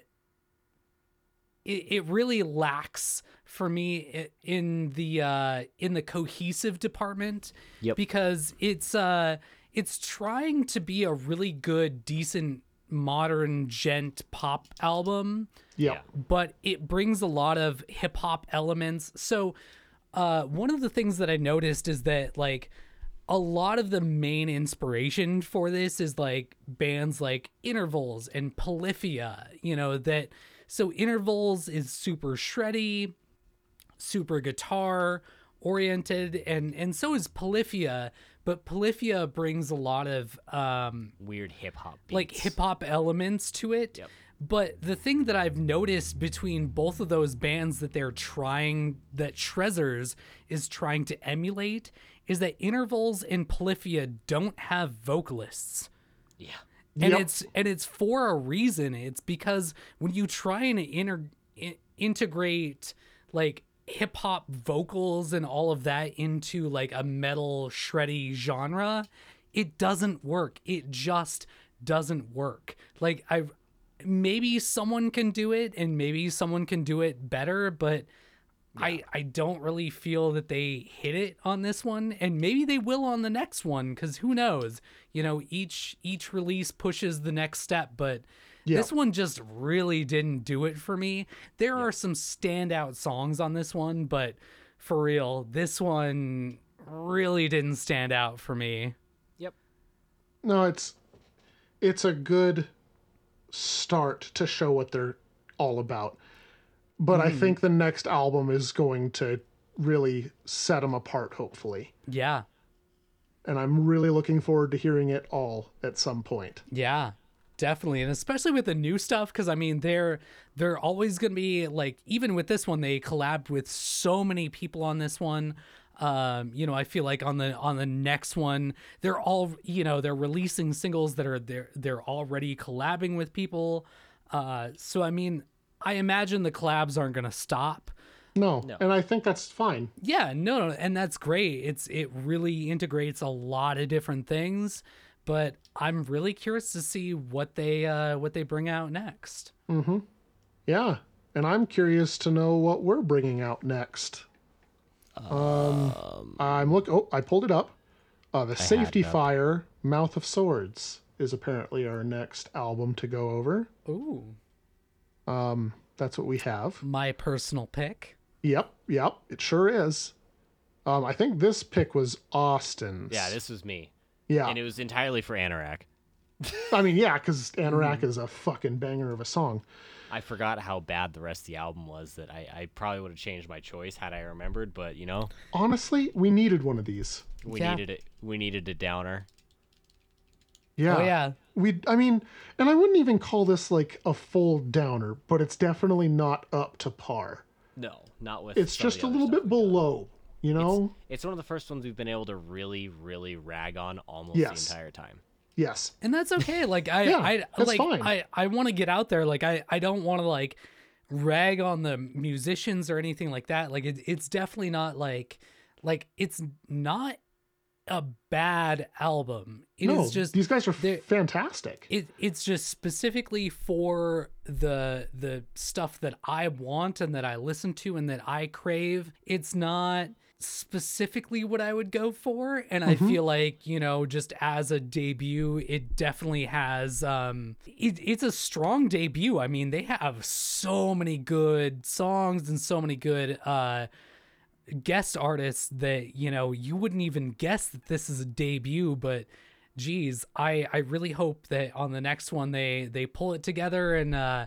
Speaker 2: it, it really lacks for me i- in the uh in the cohesive department
Speaker 3: Yep.
Speaker 2: because it's uh it's trying to be a really good decent modern gent pop album
Speaker 1: yeah,
Speaker 3: Yeah.
Speaker 2: but it brings a lot of hip hop elements. So uh, one of the things that I noticed is that like a lot of the main inspiration for this is like bands like Intervals and Polyphia, you know, that so Intervals is super shreddy, super guitar oriented and and so is Polyphia, but Polyphia brings a lot of um
Speaker 3: Weird hip hop.
Speaker 2: like hip hop elements to it. But the thing that I've noticed between both of those bands that they're trying, that Trezors is trying to emulate, is that Intervals and Polyphia don't have vocalists. Yeah. And
Speaker 1: Yep.
Speaker 2: it's and it's for a reason. It's because when you try and inter- in- integrate like hip hop vocals and all of that into like a metal shreddy genre, it doesn't work. It just doesn't work. Like I maybe someone can do it and maybe someone can do it better, but I I don't really feel that they hit it on this one and maybe they will on the next one cuz who knows. You know, each each release pushes the next step, but
Speaker 1: Yeah.
Speaker 2: this one just really didn't do it for me. There are some standout songs on this one, but for real, this one really didn't stand out for me.
Speaker 1: No, it's it's a good start to show what they're all about. But I think the next album is going to really set them apart hopefully.
Speaker 2: Yeah.
Speaker 1: And I'm really looking forward to hearing it all at some point.
Speaker 2: Yeah, definitely, and especially with the new stuff, because I mean, they're they're always gonna be like, even with this one, they collabed with so many people on this one. Um, you know, I feel like on the on the next one, they're all you know they're releasing singles that are they're they're already collabing with people. Uh, so I mean, I imagine the collabs aren't gonna stop.
Speaker 1: No. And I think that's fine.
Speaker 2: Yeah, no, no, and that's great. It's it really integrates a lot of different things, but I'm really curious to see what they uh what they bring out next.
Speaker 1: Yeah. And I'm curious to know what we're bringing out next. Um, I'm look oh, I pulled it up. Uh, the Safety Fire Mouth of Swords is apparently our next album to go over.
Speaker 2: Ooh,
Speaker 1: That's what we have.
Speaker 2: my personal pick.
Speaker 1: Yep, yep, it sure is. Um, I think this pick was Austin's.
Speaker 3: Yeah, this was me,
Speaker 1: Yeah,
Speaker 3: and it was entirely for Anorak.
Speaker 1: I mean, yeah, because Anorak
Speaker 3: Mm-hmm.
Speaker 1: is a fucking banger of a song.
Speaker 3: I forgot how bad the rest of the album was. That I, I probably would have changed my choice had I remembered, but you know,
Speaker 1: Honestly, we needed one of these.
Speaker 3: we
Speaker 2: Yeah.
Speaker 3: needed it. We needed a downer.
Speaker 1: Yeah.
Speaker 2: Oh yeah,
Speaker 1: We, I mean, and I wouldn't even call this like a full downer, but it's definitely not up to par.
Speaker 3: No, not with.
Speaker 1: It's
Speaker 3: some of
Speaker 1: just
Speaker 3: the
Speaker 1: a
Speaker 3: other
Speaker 1: little
Speaker 3: stuff
Speaker 1: bit
Speaker 3: we've done.
Speaker 1: below, you know?
Speaker 3: It's one of the first ones we've been able to really, really rag on almost
Speaker 1: Yes.
Speaker 3: the entire time.
Speaker 1: yes.
Speaker 2: and that's okay. Like I,
Speaker 1: Yeah,
Speaker 2: I
Speaker 1: that's
Speaker 2: like
Speaker 1: fine.
Speaker 2: I I want to get out there. Like I I don't want to like rag on the musicians or anything like that. Like it, it's definitely not like like it's not a bad album. It is
Speaker 1: no,
Speaker 2: just
Speaker 1: these guys are
Speaker 2: they're-
Speaker 1: fantastic.
Speaker 2: it it's just specifically for the the stuff that I want and that I listen to and that I crave. It's not specifically what I would go for and I feel like, you know, just as a debut, it definitely has um it, it's a strong debut. I mean, they have so many good songs and so many good uh guest artists that you know you wouldn't even guess that this is a debut but geez i i really hope that on the next one they they pull it together and uh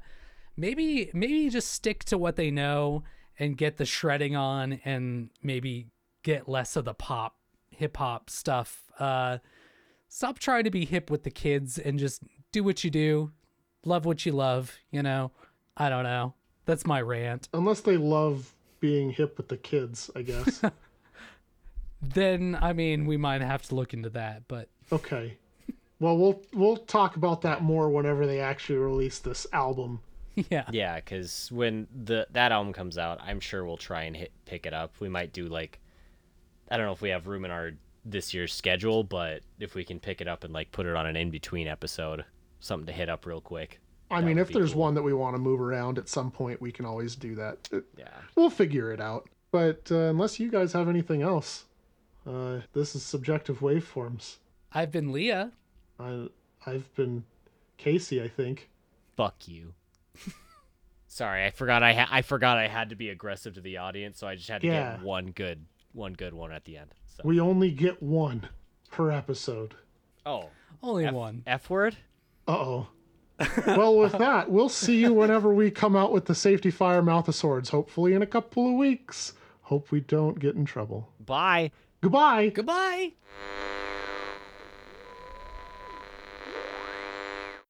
Speaker 2: maybe maybe just stick to what they know and get the shredding on and maybe get less of the pop hip hop stuff uh stop trying to be hip with the kids and just do what you do love what you love you know i don't know that's my rant
Speaker 1: Unless they love being hip with the kids, I guess.
Speaker 2: then I mean we might have to look into that. But
Speaker 1: Okay. Well, we'll we'll talk about that more whenever they actually release this album.
Speaker 2: yeah,
Speaker 3: Yeah, because when the that album comes out, I'm sure we'll try and hit pick it up. We might do like, I don't know if we have room in our this year's schedule, but if we can pick it up and like put it on an in between episode, something to hit up real quick.
Speaker 1: I
Speaker 3: That
Speaker 1: mean,
Speaker 3: would
Speaker 1: if
Speaker 3: be
Speaker 1: there's
Speaker 3: cool.
Speaker 1: one that we want to move around at some point, we can always do that. It-
Speaker 3: Yeah.
Speaker 1: We'll figure it out. But uh, unless you guys have anything else, uh, this is subjective waveforms.
Speaker 2: I've been Leah.
Speaker 1: I I've been Casey, I think.
Speaker 3: Fuck you. Sorry, I forgot I ha- I forgot I had to be aggressive to the audience, so I just had to
Speaker 1: Yeah.
Speaker 3: get one good one good one at the end. So.
Speaker 1: We only get one per episode.
Speaker 3: oh,
Speaker 2: Only
Speaker 3: F-
Speaker 2: one.
Speaker 3: F word.
Speaker 1: Uh oh. well, with that, we'll see you whenever we come out with the safety fire mouth of swords, hopefully in a couple of weeks. Hope we don't get in trouble.
Speaker 3: Bye.
Speaker 1: Goodbye.
Speaker 3: Goodbye.